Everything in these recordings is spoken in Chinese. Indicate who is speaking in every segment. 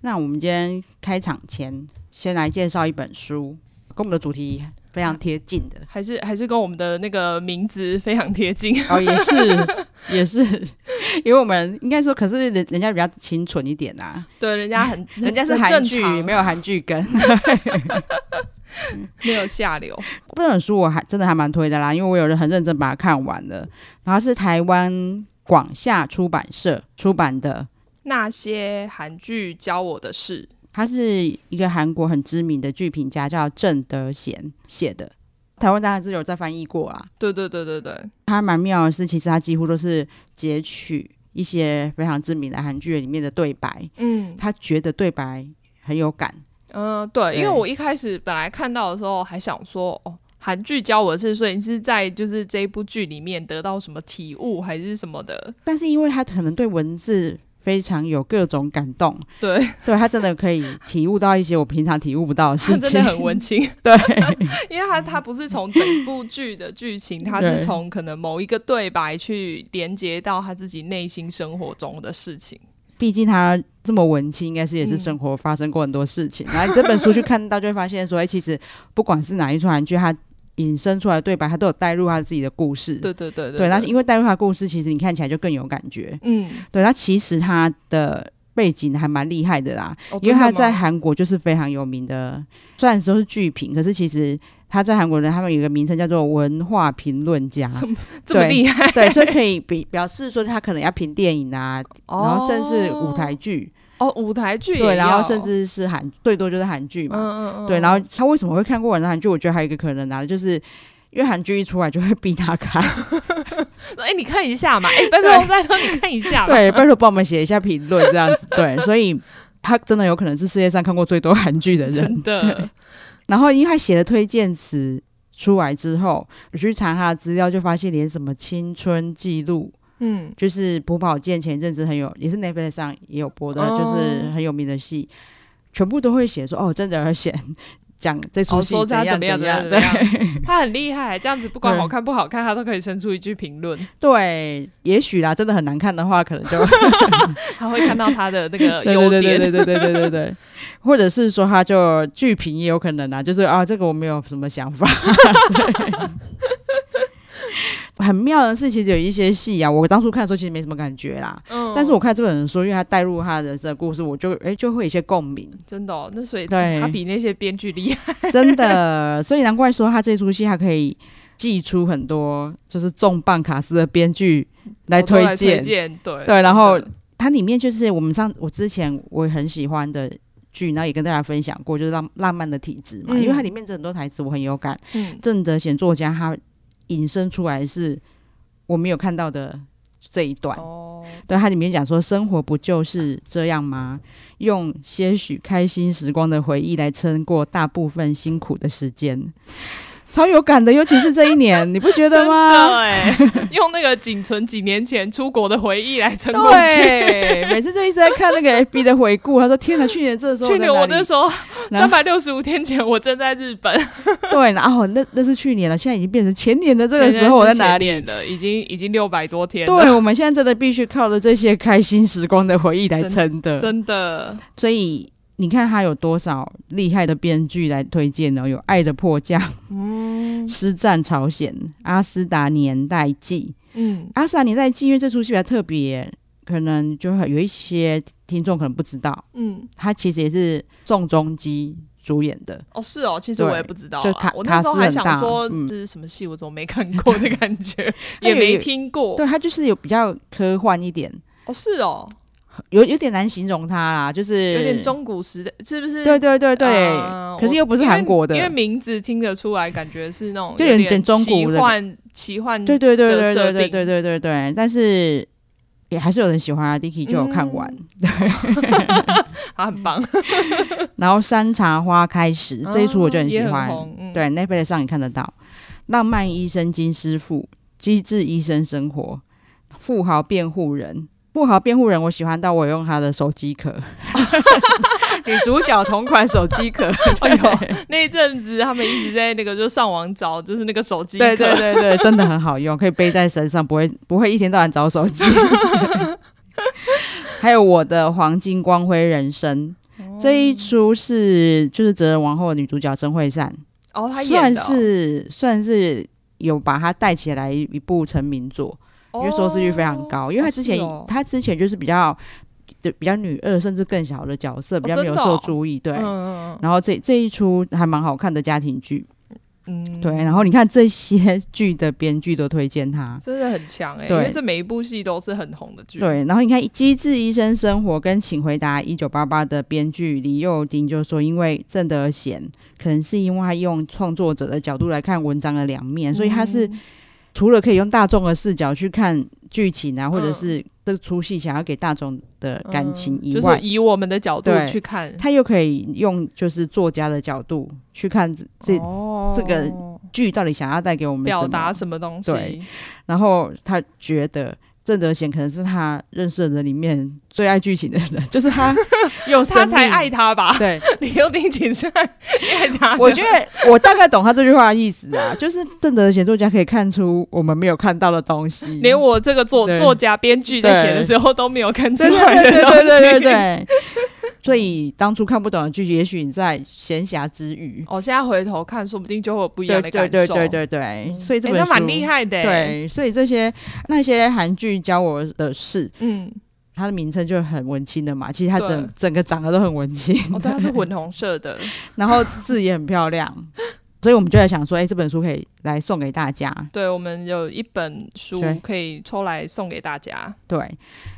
Speaker 1: 那我们今天开场前，先来介绍一本书，跟我们的主题非常贴近的。
Speaker 2: 还是还是跟我们的那个名字非常贴近。
Speaker 1: 哦，也是， 也是，因为我们应该说，可是人人家比较清纯一点啊，
Speaker 2: 对，人家 很，
Speaker 1: 人家是
Speaker 2: 很
Speaker 1: 韩
Speaker 2: 正
Speaker 1: 剧，
Speaker 2: 常
Speaker 1: 没有韩剧 跟。
Speaker 2: 没有下流。
Speaker 1: 这本书我还真的还蛮推的啦，因为我有很认真把它看完了。然后是台湾广夏出版社出版的，
Speaker 2: 那些韩剧教我的事，
Speaker 1: 他是一个韩国很知名的剧评家，叫郑德贤写的。台湾当然是有在翻译过啊啦。
Speaker 2: 对对对对对，
Speaker 1: 他蛮妙的是，其实他几乎都是截取一些非常知名的韩剧里面的对白，
Speaker 2: 嗯
Speaker 1: 他觉得对白很有感。
Speaker 2: 嗯、呃对，因为
Speaker 1: 对
Speaker 2: 我一开始本来看到的时候还想说，哦，韩剧教我的事，所以你是在就是这一部剧里面得到什么体悟还是什么的？
Speaker 1: 但是因为他可能对文字非常有各种感动，
Speaker 2: 对，
Speaker 1: 对他真的可以体悟到一些我平常体悟不到的事
Speaker 2: 他
Speaker 1: 情。
Speaker 2: 真的很文青，
Speaker 1: 对，
Speaker 2: 因为他他不是从整部剧的剧情，他
Speaker 1: 对
Speaker 2: 是从可能某一个对白去连接到他自己内心生活中的事情。
Speaker 1: 毕竟他这么文青，应该是也是
Speaker 2: 嗯
Speaker 1: 生活发生过很多事 情。然后你这本书去看到，就会发现说，哎、其实不管是哪一出韩剧，他引申出来的对白，他都有带入他自己的故事。
Speaker 2: 对对对
Speaker 1: 对，
Speaker 2: 对，
Speaker 1: 那因为带入他的故事，其实你看起来就更有感觉。
Speaker 2: 嗯，
Speaker 1: 对，他其实他的背景还蛮厉害的啦，
Speaker 2: 哦
Speaker 1: 因为他
Speaker 2: 真的
Speaker 1: 在
Speaker 2: 吗
Speaker 1: 韩国就是非常有名的，虽然说是剧评，可是其实他在韩国呢，他们有一个名称叫做文化评论家，
Speaker 2: 这么
Speaker 1: 对
Speaker 2: 厉害，
Speaker 1: 对，所以可以比表示说他可能要评电影啊，然后甚至舞台剧。
Speaker 2: 哦，舞台剧也
Speaker 1: 对，然
Speaker 2: 要
Speaker 1: 后甚至是韩，最多就是韩剧
Speaker 2: 嗯
Speaker 1: 嘛。
Speaker 2: 嗯嗯，
Speaker 1: 对，然后他为什么会看过完的韩剧？我觉得还有一个可能啊，就是因为韩剧一出来就会 逼他看。
Speaker 2: 哎、你看一下嘛，哎、 拜
Speaker 1: 对
Speaker 2: 托拜托，你看一下 嘛，
Speaker 1: 对，拜托帮我们写一下评论这样子。对，所以他真的有可能是世界上看过最多韩剧的人。
Speaker 2: 真的，
Speaker 1: 然后因为他写的推荐词出来之后，我去查他的资料，就发现连什么青春记录，
Speaker 2: 嗯，
Speaker 1: 就是朴宝剑前一阵子很有，也是 Netflix 上也有播的，
Speaker 2: 哦
Speaker 1: 就是很有名的戏，全部都会写说哦，真的而写讲这出
Speaker 2: 哦，
Speaker 1: 戏
Speaker 2: 说
Speaker 1: 怎
Speaker 2: 他
Speaker 1: 样
Speaker 2: 怎么样怎么样
Speaker 1: 样，
Speaker 2: 怎
Speaker 1: 对嗯
Speaker 2: 么 样，他很厉害，这样子不管
Speaker 1: 对
Speaker 2: 好看不好看，他都可以生出一句评论，
Speaker 1: 对，也许啦，真的很难看的话，可能就
Speaker 2: 他会看到他的那 个
Speaker 1: 对
Speaker 2: 优
Speaker 1: 对对
Speaker 2: 点，
Speaker 1: 对对对对对对，呃 或者是说他就剧评也有可能啊，就是啊，这个我没有什么想法。 对很妙的是，其实有一些戏啊，我当初看的时候其实没什么感觉啦，
Speaker 2: 嗯
Speaker 1: 但是我看这本书，因为他带入他人生的故事，我就哎、就会有一些共鸣。
Speaker 2: 真的、哦，那所以
Speaker 1: 对
Speaker 2: 他比那些编剧厉害，
Speaker 1: 真的，所以难怪说他这出戏还可以寄出很多就是重磅卡司的编剧来
Speaker 2: 我都
Speaker 1: 推
Speaker 2: 来
Speaker 1: 荐。
Speaker 2: 推荐，对嗯
Speaker 1: 对然后
Speaker 2: 真的
Speaker 1: 它里面就是我们上我之前我很喜欢的剧，然后也跟大家分享过，就是浪浪漫的体质嘛，
Speaker 2: 嗯
Speaker 1: 因为它里面很多台词我很有感。
Speaker 2: 嗯，
Speaker 1: 郑德贤作家他引申出来是我没有看到的这一段。
Speaker 2: 哦，
Speaker 1: 对，它里面讲说，生活不就是这样吗？用些许开心时光的回忆来撑过大部分辛苦的时间，超有感的，尤其是这一年，你不觉得 吗？
Speaker 2: 哎，用那个仅存几年前出国的回忆来撑过去。
Speaker 1: 对， 每次就一直在看那 个 FB 的回顾，他说：“天哪，去年这时候
Speaker 2: 去年我那
Speaker 1: 的
Speaker 2: 时候
Speaker 1: 然
Speaker 2: 三
Speaker 1: 后
Speaker 2: 百六十五天前，我正在日本。
Speaker 1: 对，然后哦那那是去年了，现在已经变成前年 的这个时候我在哪里？
Speaker 2: 里了？已经已经六百多天了，
Speaker 1: 对，我们现在真的必须靠着这些开心时光的回忆来撑的，
Speaker 2: 真的
Speaker 1: 所以你看他有多少厉害的编剧来推荐哦呢？有《爱的迫降》、
Speaker 2: 嗯
Speaker 1: 《师战朝鲜》、《阿斯达年代记》。
Speaker 2: 嗯
Speaker 1: 《阿斯达年代记》因为这出戏比较特别，可能就会有一些听众可能不知道，
Speaker 2: 嗯，
Speaker 1: 他其实也是宋仲基主演的。
Speaker 2: 哦是哦，其实我
Speaker 1: 对
Speaker 2: 也不知道
Speaker 1: 就
Speaker 2: 啊
Speaker 1: 卡，
Speaker 2: 我那时候
Speaker 1: 卡斯
Speaker 2: 还
Speaker 1: 很大
Speaker 2: 想说
Speaker 1: 嗯
Speaker 2: 这是什么戏，我怎么没看过的感 觉，
Speaker 1: 它有
Speaker 2: 也没
Speaker 1: 有
Speaker 2: 听过。
Speaker 1: 对他就是有比较科幻一点，
Speaker 2: 哦是哦，
Speaker 1: 有有点难形容他啦，就是
Speaker 2: 有点。中古时代，是不是？
Speaker 1: 对对对对，
Speaker 2: 啊
Speaker 1: 可是
Speaker 2: 我
Speaker 1: 又不是
Speaker 2: 因为
Speaker 1: 韩国的
Speaker 2: 因为名字听得出来，感觉是那种
Speaker 1: 就有
Speaker 2: 有
Speaker 1: 点中古
Speaker 2: 奇
Speaker 1: 的
Speaker 2: 幻奇幻
Speaker 1: 对对对对
Speaker 2: 的
Speaker 1: 对
Speaker 2: 设
Speaker 1: 对
Speaker 2: 定
Speaker 1: 对对对对，但是也还是有人喜欢啊，Dicky 就有看完，
Speaker 2: 啊，很棒，
Speaker 1: 然后《山茶花开时》这一出我就很喜
Speaker 2: 也
Speaker 1: 欢，
Speaker 2: 红嗯
Speaker 1: 对 Netflix 上也看得到，《浪漫医生金师傅》《机智医生生活》《富豪辩护人》。富豪辩护人，我喜欢到我用他的手机壳，女主角同款手机壳，
Speaker 2: 哎呦，那一阵子他们一直在那个就上网找，就是那个手机
Speaker 1: 对对
Speaker 2: 壳
Speaker 1: 对对，真的很好用，可以背在身上，不会不会一天到晚找手机。还有我的黄金光辉人生，这一出是就是《哲人王后》的女主角曾惠善，
Speaker 2: 哦，他
Speaker 1: 算
Speaker 2: 演的哦、
Speaker 1: 是算是有把她带起来一部成名作，因为收视率非常高。因为她之前、
Speaker 2: 哦哦是哦
Speaker 1: 她之前就是比较就比较女二，甚至更小的角色，比较没有
Speaker 2: 真的
Speaker 1: 受
Speaker 2: 哦
Speaker 1: 注意。对，
Speaker 2: 嗯嗯
Speaker 1: 然后这这一出还蛮好看的家庭剧，
Speaker 2: 嗯嗯，
Speaker 1: 对。然后你看这些剧的编剧都推荐她。
Speaker 2: 真的很强哎、
Speaker 1: 对
Speaker 2: 因为这每一部戏都是很红的剧，，
Speaker 1: 对，然后你看《机智医生生活》跟《请回答一九八八》的编剧李幼丁就说，因为郑德贤可能是因为他用创作者的角度来看文章的两面，所以他
Speaker 2: 嗯
Speaker 1: 是除了可以用大众的视角去看剧情啊，或者
Speaker 2: 嗯
Speaker 1: 是这出戏想要给大众的感情以
Speaker 2: 就
Speaker 1: 外，
Speaker 2: 是以我们的角度
Speaker 1: 对
Speaker 2: 去看，
Speaker 1: 他又可以用就是作家的角度去看这这
Speaker 2: 哦
Speaker 1: 这个剧到底想要带给我们什
Speaker 2: 表
Speaker 1: 么
Speaker 2: 达什么东西，
Speaker 1: 对然后他觉得郑德贤可能是他认识的人里面最爱剧情的人， 就是 他用生
Speaker 2: 他才
Speaker 1: 命
Speaker 2: 爱。他吧？
Speaker 1: 对，
Speaker 2: 李幼丁请上，你爱他的，
Speaker 1: 我觉得我大概懂他这句话的意思啊，就是郑德贤作家可以看出我们没有看到的东西，
Speaker 2: 连我这个作
Speaker 1: 对
Speaker 2: 作家、编剧在写的时候都没有 看出
Speaker 1: 对
Speaker 2: 来
Speaker 1: 对对
Speaker 2: 的东
Speaker 1: 对
Speaker 2: 西。
Speaker 1: 对对对。 所以当初看不懂的剧，也许你在闲暇之余，
Speaker 2: 哦，现在回头看，说不定就会有不一
Speaker 1: 对
Speaker 2: 样的感
Speaker 1: 对
Speaker 2: 受。嗯
Speaker 1: 对对对对，所以这
Speaker 2: 诶
Speaker 1: 本
Speaker 2: 那
Speaker 1: 书
Speaker 2: 蛮厉。害的、，
Speaker 1: 对，所以这些那些韩剧教我的事，
Speaker 2: 嗯，
Speaker 1: 它的名称就很文青的嘛。其实它整
Speaker 2: 对
Speaker 1: 整个长得都很文青，
Speaker 2: 哦，对，它是混红色的，
Speaker 1: 然后字也很漂 亮，所以我们就在想说，哎、这本书可以来送给大家。
Speaker 2: 对，我们有一本书
Speaker 1: 对
Speaker 2: 可以抽来送给大家。
Speaker 1: 对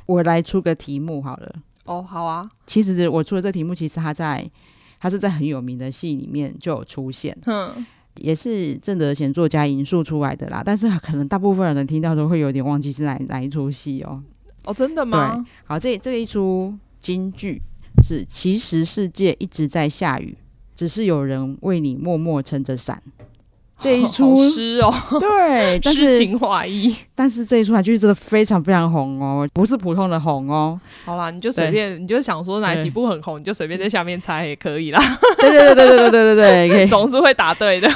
Speaker 1: 我来出个题目好了。
Speaker 2: 哦，好啊，
Speaker 1: 其实我出的这题目，其实它在它是在很有名的戏里面就有出现，
Speaker 2: 哼，
Speaker 1: 也是郑德贤作家引述出来的啦。但是可能大部分人听到都会有点忘记是哪哪一出戏哦。
Speaker 2: 哦，真的吗？
Speaker 1: 好，这这一出京剧是其实世界一直在下雨，只是有人为你默默撑着伞。这一出
Speaker 2: 好诗哦，
Speaker 1: 对， 但
Speaker 2: 诗
Speaker 1: 是
Speaker 2: 情 画意。
Speaker 1: 但是这一出韩剧真的非常非常红哦，不是普通的红哦。
Speaker 2: 好啦，你就随
Speaker 1: 对
Speaker 2: 便，你就想说哪几部很红，你就随便在下面猜也可以啦，
Speaker 1: 对对对对对对对对，可以。
Speaker 2: 总是会答对 的。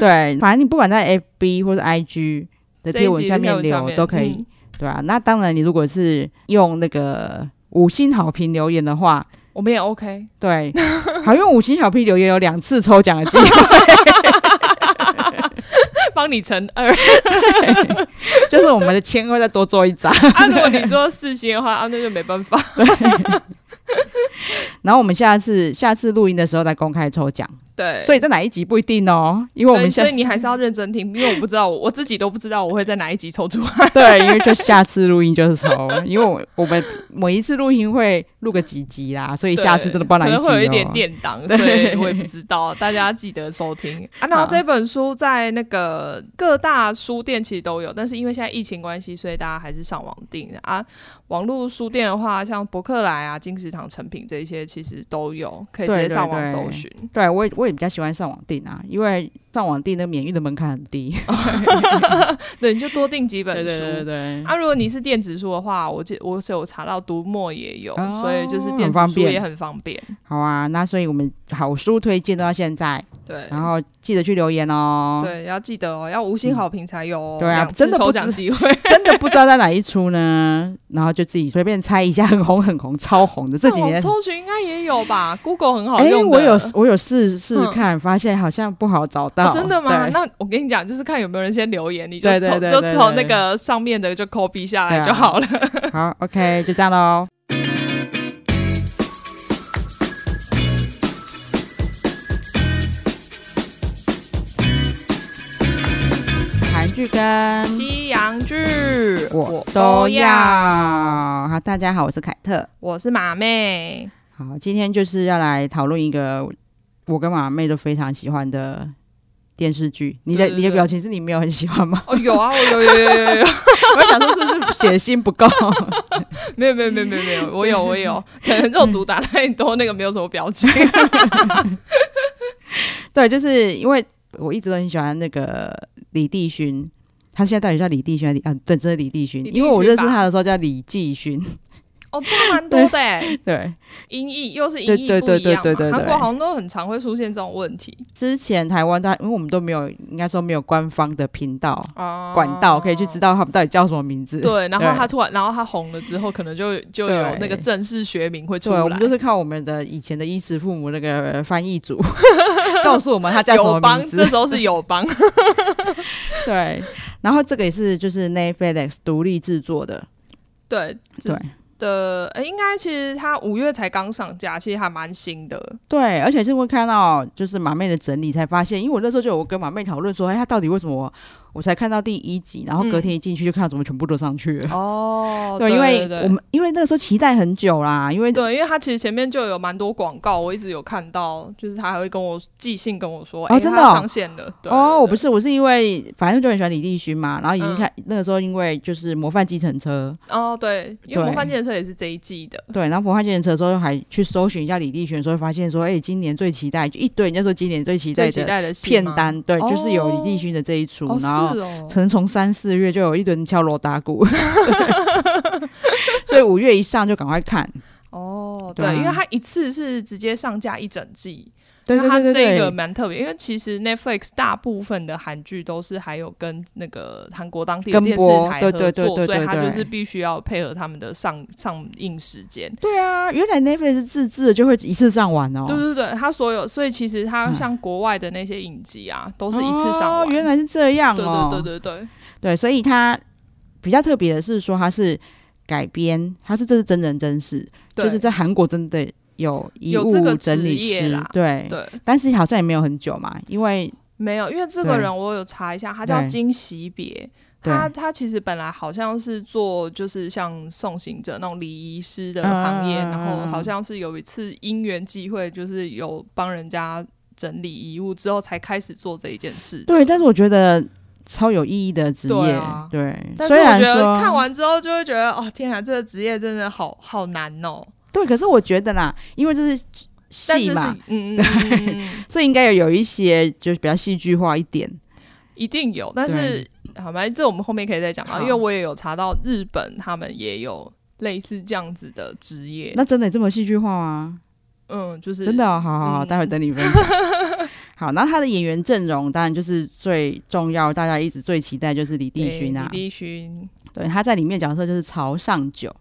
Speaker 1: 对，反正你不管在 FB 或者 IG 的
Speaker 2: 这
Speaker 1: 贴
Speaker 2: 一
Speaker 1: 文
Speaker 2: 集
Speaker 1: 下
Speaker 2: 的贴
Speaker 1: 面
Speaker 2: 文下
Speaker 1: 留都可以，
Speaker 2: 嗯
Speaker 1: 对啊，那当然，你如果是用那个五星好评留言的话，
Speaker 2: 我们也 OK。
Speaker 1: 对，好，用五星好评留言有两次抽奖的机会，
Speaker 2: 帮你乘二
Speaker 1: 就是我们的签会再多做一张。
Speaker 2: 啊！如果你做四星的话，啊，那就没办法。
Speaker 1: 然后我们下次下次录音的时候再公开抽奖，
Speaker 2: 对，
Speaker 1: 所
Speaker 2: 以
Speaker 1: 以在哪一集不一定哦，因为我们
Speaker 2: 对，
Speaker 1: 下
Speaker 2: 所以你还是要认真听，因为我不知道，我自己都不知道我会在哪一集抽出来。
Speaker 1: 对，因为就下次录音就是抽，因为我我们每一次录音会录个几集啦，所以下次真的不知道哪
Speaker 2: 可
Speaker 1: 一集、
Speaker 2: 能
Speaker 1: 哦、
Speaker 2: 会有一点垫档，所
Speaker 1: 对
Speaker 2: 以我也不知道，大家记得收听 啊。然后这本书在那个各大书店其实都有，但是因为现在疫情关系，所以大家还是上网订啊。网络书店的话，像博客来啊、金石堂、成品这一些，其实都有，可以直
Speaker 1: 对
Speaker 2: 接
Speaker 1: 对
Speaker 2: 上网
Speaker 1: 对
Speaker 2: 搜寻。
Speaker 1: 对我也我也比较喜欢上网订啊，因为上网订的免运的门槛很低。
Speaker 2: 对，你就多订几本书。
Speaker 1: 对
Speaker 2: 啊，如果你是电子书的话，我记我是有查到读墨也有，
Speaker 1: 哦
Speaker 2: 所以就是
Speaker 1: 很
Speaker 2: 电
Speaker 1: 方
Speaker 2: 子书
Speaker 1: 便
Speaker 2: 也很方便。
Speaker 1: 好啊，那所以我们好书推荐都到现在，
Speaker 2: 对，
Speaker 1: 然后记得去留言哦。
Speaker 2: 对，要记得哦，要五星好评才有哦，
Speaker 1: 嗯对啊
Speaker 2: 两次
Speaker 1: 真的不知
Speaker 2: 抽奖 机会。
Speaker 1: 真的不知道在哪一出呢，然后就自己随便猜一下，很红很红，超红的这几
Speaker 2: 上网
Speaker 1: 年。
Speaker 2: 搜寻应该也有吧 ？Google 很好
Speaker 1: 哎，
Speaker 2: 用的。嗯
Speaker 1: 我有我有试试看，发现好像不好找到。
Speaker 2: 哦真的吗？
Speaker 1: 对
Speaker 2: 那我跟你讲，就是看有没有人先留言，你就
Speaker 1: 对
Speaker 2: 从
Speaker 1: 对对
Speaker 2: 就
Speaker 1: 对
Speaker 2: 从那
Speaker 1: 对
Speaker 2: 个上面的就 copy 下
Speaker 1: 对啊
Speaker 2: 来就好了。
Speaker 1: 好，OK，就这样喽。韩剧跟
Speaker 2: 西洋剧
Speaker 1: 我都要。，好，大家好，我是凯特。
Speaker 2: 我是马妹。
Speaker 1: 好，今天就是要来讨论一个我跟马妹都非常喜欢的电视剧。你的
Speaker 2: 对对
Speaker 1: 你的
Speaker 2: 对？
Speaker 1: 表情是你没有很喜欢吗
Speaker 2: 哦，有啊，我有有有有有有，
Speaker 1: 我想说是不是血腥不够？
Speaker 2: 没有没有没有没有没有，我有我有，可能肉毒打太多，那个没有什么表情。
Speaker 1: 对，就是因为我一直都很喜欢那个李帝勋，呃他现在到底叫李帝勋还是李？啊，对，真的李帝勋，
Speaker 2: 李帝勋
Speaker 1: 因为我认识他的时候叫李继勋。
Speaker 2: 哦，这个蛮多 的哎，
Speaker 1: 对，
Speaker 2: 音译又是音
Speaker 1: 对
Speaker 2: 译不一
Speaker 1: 对
Speaker 2: 样嘛，
Speaker 1: 对对对对对
Speaker 2: 韩国好像都很常会出现这种问题
Speaker 1: 之前台湾它因为我们都没有，应该说没有官方的频道、
Speaker 2: 啊，
Speaker 1: 管道可以去知
Speaker 2: 道。
Speaker 1: 道他们到底叫什么名字。
Speaker 2: 对，然后
Speaker 1: 对
Speaker 2: 他突然，然后他红了之后，可能就就有
Speaker 1: 对
Speaker 2: 那个正式学名会出
Speaker 1: 对，
Speaker 2: 来。
Speaker 1: 我们就是靠我们的以前的衣食父母那个呃翻译 组告诉我们他叫什么
Speaker 2: 友邦
Speaker 1: 名，字
Speaker 2: 这。时候是 友邦。
Speaker 1: 对，然后这个也是就是 Netflix 独立制作的，
Speaker 2: 对
Speaker 1: 对
Speaker 2: 的，诶应该其实它五月才刚上架，其实还蛮新的。
Speaker 1: 对，而且是会看到就是马妹的整理才发现，因为我那时候就有跟马妹讨论说，哎，她到底为什么我我才看到第一集，然后隔天一进去就看到怎么全部都上去了。
Speaker 2: 哦
Speaker 1: 对，因为我
Speaker 2: 对
Speaker 1: 们因为那个时候期待很久啦，因为
Speaker 2: 对，因为它其实前面就有蛮多广告，我一直有看到，就是他还会跟我寄信跟我说，
Speaker 1: 哦
Speaker 2: 诶
Speaker 1: 真的
Speaker 2: 它
Speaker 1: 哦
Speaker 2: 上线了。对
Speaker 1: 哦，我不
Speaker 2: 是。
Speaker 1: 是，我是因为反正就很喜欢李立勋嘛，然后已经
Speaker 2: 嗯
Speaker 1: 看、那个时候，因为就是《模范计程车
Speaker 2: 哦，对，因为
Speaker 1: 对
Speaker 2: 《模范建设》也是这一季的。》，
Speaker 1: 对，然后《模范计程车》的时候还去搜寻一下李立勋，的时候发现说，哎、今年最期待就一堆人家说今年最期待
Speaker 2: 最期
Speaker 1: 的
Speaker 2: 待的戏
Speaker 1: 片
Speaker 2: 吗
Speaker 1: 单，对，就是有李立
Speaker 2: 哦
Speaker 1: 勋的这一出，
Speaker 2: 哦，
Speaker 1: 然后
Speaker 2: 是哦，
Speaker 1: 可能从三四月就有一轮敲锣打鼓， 所以五月一上就赶快看，
Speaker 2: 哦，
Speaker 1: 对啊
Speaker 2: 对，因为它一次是直接上架一整季，
Speaker 1: 对对
Speaker 2: 那它
Speaker 1: 对
Speaker 2: 这
Speaker 1: 对
Speaker 2: 个
Speaker 1: 对，
Speaker 2: 蛮特别，因为其实 Netflix 大部分的韩剧都是还有跟那个韩国当地的
Speaker 1: 跟
Speaker 2: 电视
Speaker 1: 播
Speaker 2: 台
Speaker 1: 对
Speaker 2: 合
Speaker 1: 对对对
Speaker 2: 作，所以
Speaker 1: 对
Speaker 2: 它
Speaker 1: 对
Speaker 2: 就是必须要配合他们的上上映时间。
Speaker 1: 对啊，原来 Netflix 是自制的就会一次上完哦，
Speaker 2: 对对对，它所有，所以其实它
Speaker 1: 嗯
Speaker 2: 像国外的那些影集啊，都是一次上
Speaker 1: 哦
Speaker 2: 完。
Speaker 1: 原来是这样
Speaker 2: 对
Speaker 1: 哦，
Speaker 2: 对对对对，
Speaker 1: 对，所以它比较特别的是说它是改编，它是这是真人真事，
Speaker 2: 对
Speaker 1: 就是在韩国真的有遗
Speaker 2: 有这
Speaker 1: 物
Speaker 2: 个
Speaker 1: 整理
Speaker 2: 职业
Speaker 1: 师
Speaker 2: 啦，
Speaker 1: 对，
Speaker 2: 对。
Speaker 1: 但是好像也没有很久嘛，因为
Speaker 2: 没有，因为这个
Speaker 1: 对
Speaker 2: 人我有查一下，他叫
Speaker 1: 对
Speaker 2: 金喜别。
Speaker 1: 对
Speaker 2: 他他其实本来好像是做就是像送行者那种礼仪师的行业，
Speaker 1: 嗯
Speaker 2: 然后好像是有一次因缘际会，就是有帮人家整理遗物之后才开始做这一件事。
Speaker 1: 对，但是我觉得超有意义的职
Speaker 2: 对
Speaker 1: 业，
Speaker 2: 啊
Speaker 1: 对，
Speaker 2: 但是
Speaker 1: 虽
Speaker 2: 我
Speaker 1: 然
Speaker 2: 觉得
Speaker 1: 说
Speaker 2: 看完之后就会觉得，哦天啊，这个职业真的好好难哦。
Speaker 1: 对，可是我觉得啦，因为这是
Speaker 2: 但是
Speaker 1: 戏
Speaker 2: 是
Speaker 1: 嘛，
Speaker 2: 嗯嗯嗯嗯 嗯嗯，
Speaker 1: 所以应该有有一些就是比较戏剧化一点。
Speaker 2: 一定有，但是好，反正这我们后面可以再讲
Speaker 1: 好
Speaker 2: 啊，因为我也有查到日本他们也有类似这样子的职业，
Speaker 1: 那真的这么戏剧化吗？
Speaker 2: 嗯，就是
Speaker 1: 真的、哦，好好好，
Speaker 2: 嗯
Speaker 1: 待会等你分享。好，那他的演员阵容当然就是最重要，大家一直最期待就是李帝勋啊
Speaker 2: 对，李立勋，
Speaker 1: 对，他在里面角色就是曹尚九，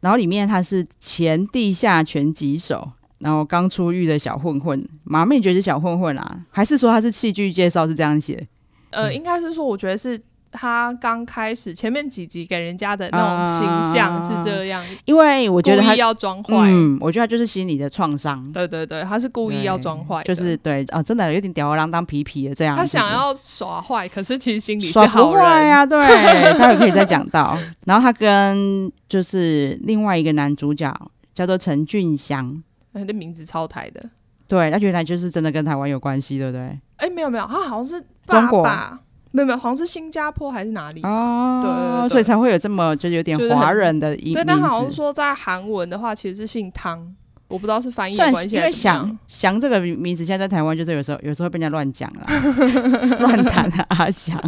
Speaker 1: 然后里面他是前地下拳击手，然后刚出狱的小混混，马妹觉得是小混混啊，还是说他是戏剧介绍是这样写？
Speaker 2: 呃，
Speaker 1: 嗯
Speaker 2: 应该是说，我觉得是他刚开始前面几集给人家的那种形象是这样，
Speaker 1: 因为啊我
Speaker 2: 我
Speaker 1: 觉得他
Speaker 2: 故意，要装坏，
Speaker 1: 嗯，我觉得他就是心理的创伤，
Speaker 2: 对对对，他是故意要装坏
Speaker 1: 就
Speaker 2: 的，
Speaker 1: 是对啊，真的有点吊儿郎当、皮皮的这样。
Speaker 2: 他想要耍坏，可是其实心里是
Speaker 1: 耍不
Speaker 2: 好
Speaker 1: 坏
Speaker 2: 人，
Speaker 1: 呀、啊， 对，待会可以再讲到。然后他跟就是另外一个男主角叫做陈俊祥，
Speaker 2: 他的哎名字超台的，
Speaker 1: 对，他原来就是真的跟台湾有关系，对不对？
Speaker 2: 哎，没有没有，他好像是爸
Speaker 1: 中国
Speaker 2: 爸，没有没有，好像是新加坡还是哪里
Speaker 1: 哦，
Speaker 2: 对对对
Speaker 1: 所以才会有这么就有点
Speaker 2: 就是很
Speaker 1: 华人的音
Speaker 2: 对，但好像
Speaker 1: 名字。
Speaker 2: 说在韩文的话，其实是姓汤，我不知道是翻译的
Speaker 1: 算
Speaker 2: 关
Speaker 1: 是
Speaker 2: 系
Speaker 1: 因为
Speaker 2: 还是怎么样
Speaker 1: 翔翔这个名名字，现在在台湾就是有时候有时候被人家乱讲啦， 乱谈啊阿翔，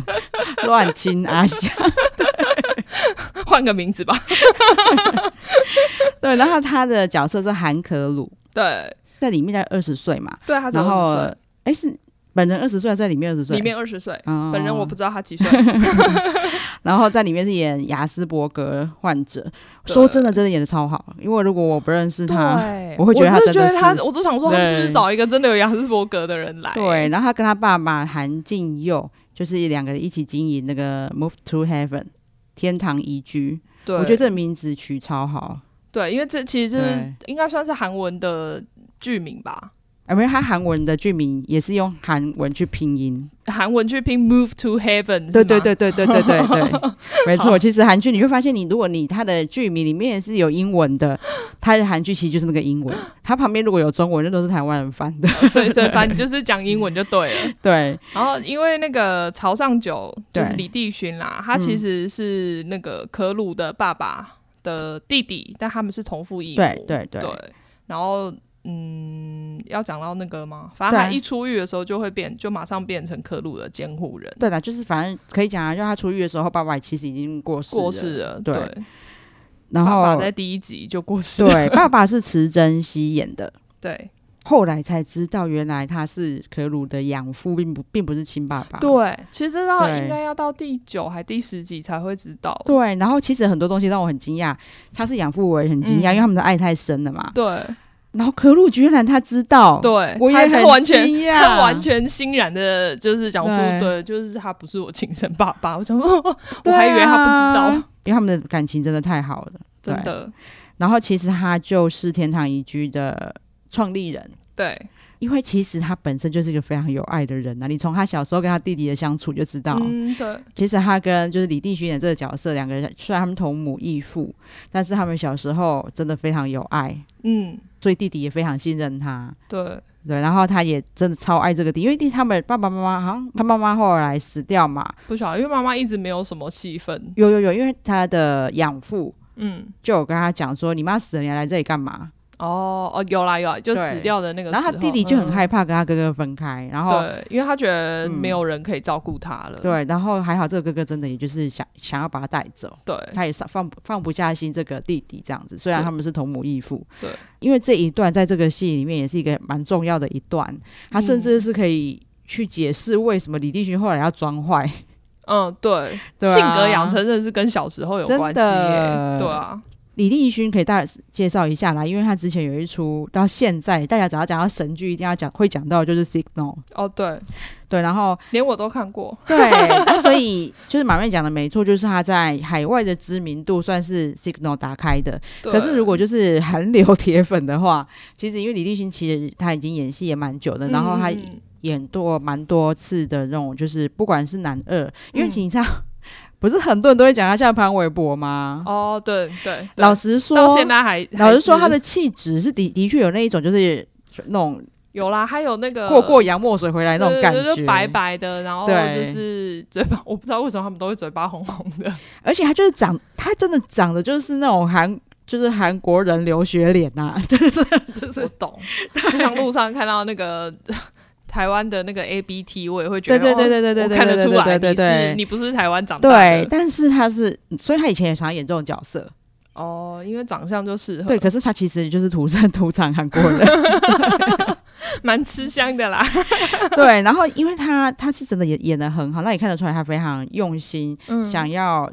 Speaker 1: 乱亲啊阿 翔。
Speaker 2: 换个名字吧。
Speaker 1: 对，然后他的角色是韩可鲁，
Speaker 2: 对，
Speaker 1: 在里面才二十岁嘛，
Speaker 2: 对，他只有
Speaker 1: 然后
Speaker 2: 20
Speaker 1: 哎是本人二十岁，还是在里面二十
Speaker 2: 岁
Speaker 1: 岁，
Speaker 2: 里面二十岁，
Speaker 1: 哦
Speaker 2: 本人我不，知道他几岁。
Speaker 1: 然后在里面是演雅斯伯格患者，
Speaker 2: 对
Speaker 1: 说真的，真的演的超好，因为如果我不认识他，
Speaker 2: 对，
Speaker 1: 我会觉得他
Speaker 2: 真的
Speaker 1: 真的
Speaker 2: 觉得他
Speaker 1: 是，
Speaker 2: 我就想说，他们是不是
Speaker 1: 对
Speaker 2: 找一个真的有雅斯伯格的人来？
Speaker 1: 对，，然后他跟他爸爸韩进佑，就是两个人一起经营那个 Move to Heaven 天堂宜居，
Speaker 2: 对，
Speaker 1: 我觉得这名字取超好，
Speaker 2: 对，因为这其实就是
Speaker 1: 对
Speaker 2: 应该算是韩文的剧名吧。
Speaker 1: 而且啊他韩文的剧名也是用韩文去拼音，
Speaker 2: 韩文去拼 “move to heaven”，
Speaker 1: 对
Speaker 2: 是吗
Speaker 1: 对，对对对对对 对，没错。其实韩剧你会发现，你如果你它的剧名里面也是有英文的，它的韩剧其实就是那个英文，它旁边如果有中文，那都是台湾人翻的。
Speaker 2: 所以所以反正就是讲英文就对了。
Speaker 1: 对
Speaker 2: 然后因为那个朝上九就是
Speaker 1: 对嗯
Speaker 2: 李帝勋啦，他其实是那个可鲁的爸爸的弟弟，但他们是同父异母。
Speaker 1: 对对对
Speaker 2: 然后嗯，要讲到那个吗？反正他
Speaker 1: 对
Speaker 2: 一出狱的时候就会变，就马上变成可鲁的监护人，
Speaker 1: 对啦，就是反正可以讲啊，让他出狱的时候，爸爸其实已经过世
Speaker 2: 过世了。
Speaker 1: 对
Speaker 2: 对
Speaker 1: 然后
Speaker 2: 爸爸在第一集就过世了，
Speaker 1: 对，爸爸是池珍熙演的。
Speaker 2: 对
Speaker 1: 后来才知道，原来他是可鲁的养父，并不并不是亲爸爸。
Speaker 2: 对，其实到
Speaker 1: 对
Speaker 2: 应该要到第九还第十集才会知道。
Speaker 1: 对，然后其实很多东西让我很惊讶，他是养父，我也很惊讶，
Speaker 2: 嗯
Speaker 1: 因为他们的爱太深了嘛。
Speaker 2: 对
Speaker 1: 然后可鲁居然他知道，，
Speaker 2: 对，
Speaker 1: 我也
Speaker 2: 他
Speaker 1: 很
Speaker 2: 他完全
Speaker 1: 惊讶
Speaker 2: 他完全欣然的，就是讲
Speaker 1: 对
Speaker 2: 说，对，就是他不是我亲生爸爸。我想说， 我
Speaker 1: 对啊
Speaker 2: 还以为他不知道，
Speaker 1: 因为他们的感情真的太好了。
Speaker 2: 真的
Speaker 1: 然后其实他就是天堂宜居的创立人。
Speaker 2: 对。
Speaker 1: 因为其实他本身就是一个非常有爱的人啊，你从他小时候跟他弟弟的相处就知道，
Speaker 2: 嗯，对，
Speaker 1: 其实他跟就是李帝勋演这个角色，两个人虽然他们同母异父，但是他们小时候真的非常有爱，
Speaker 2: 嗯，
Speaker 1: 所以弟弟也非常信任他。
Speaker 2: 对，
Speaker 1: 对，然后他也真的超爱这个弟，因为弟他们爸爸妈妈好像他妈妈后来死掉嘛，
Speaker 2: 不晓得，因为妈妈一直没有什么戏份。
Speaker 1: 有有有，因为他的养父
Speaker 2: 嗯，
Speaker 1: 就有跟他讲说，你妈死了，你还来这里干嘛？
Speaker 2: 哦哦，有啦有啦，就
Speaker 1: 对
Speaker 2: 死掉的那个时
Speaker 1: 然
Speaker 2: 候。
Speaker 1: 后他弟弟就很害
Speaker 2: 怕，
Speaker 1: 怕跟他哥哥分开，然后
Speaker 2: 对，因为他觉得没有人可以照顾他了。
Speaker 1: 嗯对，然后还好这个哥哥真的也就是想想要把他带走。
Speaker 2: 对
Speaker 1: 他也上放不放不下心这个弟弟这样子，虽然
Speaker 2: 对
Speaker 1: 他们是同母异父，
Speaker 2: 对，
Speaker 1: 因为这一段在这个戏里面也是一个蛮重要的一段，他甚
Speaker 2: 嗯
Speaker 1: 至是可以去解释为什么李帝勋后来要装坏，
Speaker 2: 嗯，对，
Speaker 1: 对啊
Speaker 2: 性格养成真的是跟小时候有关系
Speaker 1: 真的
Speaker 2: 耶，对啊，
Speaker 1: 李帝勋可以大介绍一下啦，因为他之前有一出到现在大家只要讲到神剧，一定要讲会讲到的就是 Signal，
Speaker 2: 哦，对，
Speaker 1: 对，然 后
Speaker 2: 连我都看过，
Speaker 1: 对，那所以就是马妹讲的没错，就是他在海外的知名度算是 Signal 打开的，
Speaker 2: 对
Speaker 1: 可是如果就是韩流铁粉的话， 其实因为李立勋其实他已经演戏也蛮久的，然后他
Speaker 2: 嗯
Speaker 1: 演多蛮多次的那种，就是不管是男二，因为
Speaker 2: 嗯
Speaker 1: 警察、 不是很多人都会讲他像潘玮柏吗？
Speaker 2: 哦，对对，对
Speaker 1: 老实说，
Speaker 2: 到现在还
Speaker 1: 老实说
Speaker 2: 还
Speaker 1: 他
Speaker 2: 是
Speaker 1: 的气质是的的确有那一种就是那种
Speaker 2: 有啦，还有那个
Speaker 1: 过过洋墨水回来
Speaker 2: 对
Speaker 1: 那种感
Speaker 2: 呃对
Speaker 1: 觉，
Speaker 2: 对就白。白的，然后
Speaker 1: 对
Speaker 2: 就是嘴巴，我不知道为什么他们都会嘴巴红红的，
Speaker 1: 而且他就是长，他真的长得就是那种韩。就是韩国人留学脸啊呐、 就是就是
Speaker 2: 我懂， 就像路上看到那个。 台湾的那个 A B T，我也会觉
Speaker 1: 对
Speaker 2: 得
Speaker 1: 对对对对
Speaker 2: 哦
Speaker 1: 对
Speaker 2: 我
Speaker 1: 对，
Speaker 2: 看得出来
Speaker 1: 对对
Speaker 2: 你
Speaker 1: 对
Speaker 2: 是
Speaker 1: 对，
Speaker 2: 你不是台湾长大的
Speaker 1: 对，但是他是，所以他以前也常演这种角色，
Speaker 2: 哦，因为长相就适合，
Speaker 1: 对。可是他其实就是土生土长韩国 人，
Speaker 2: 蛮吃香 的啦。
Speaker 1: 对。然后因为他他是真的演演的很好，那也看得出来他非常用心，
Speaker 2: 嗯
Speaker 1: 想要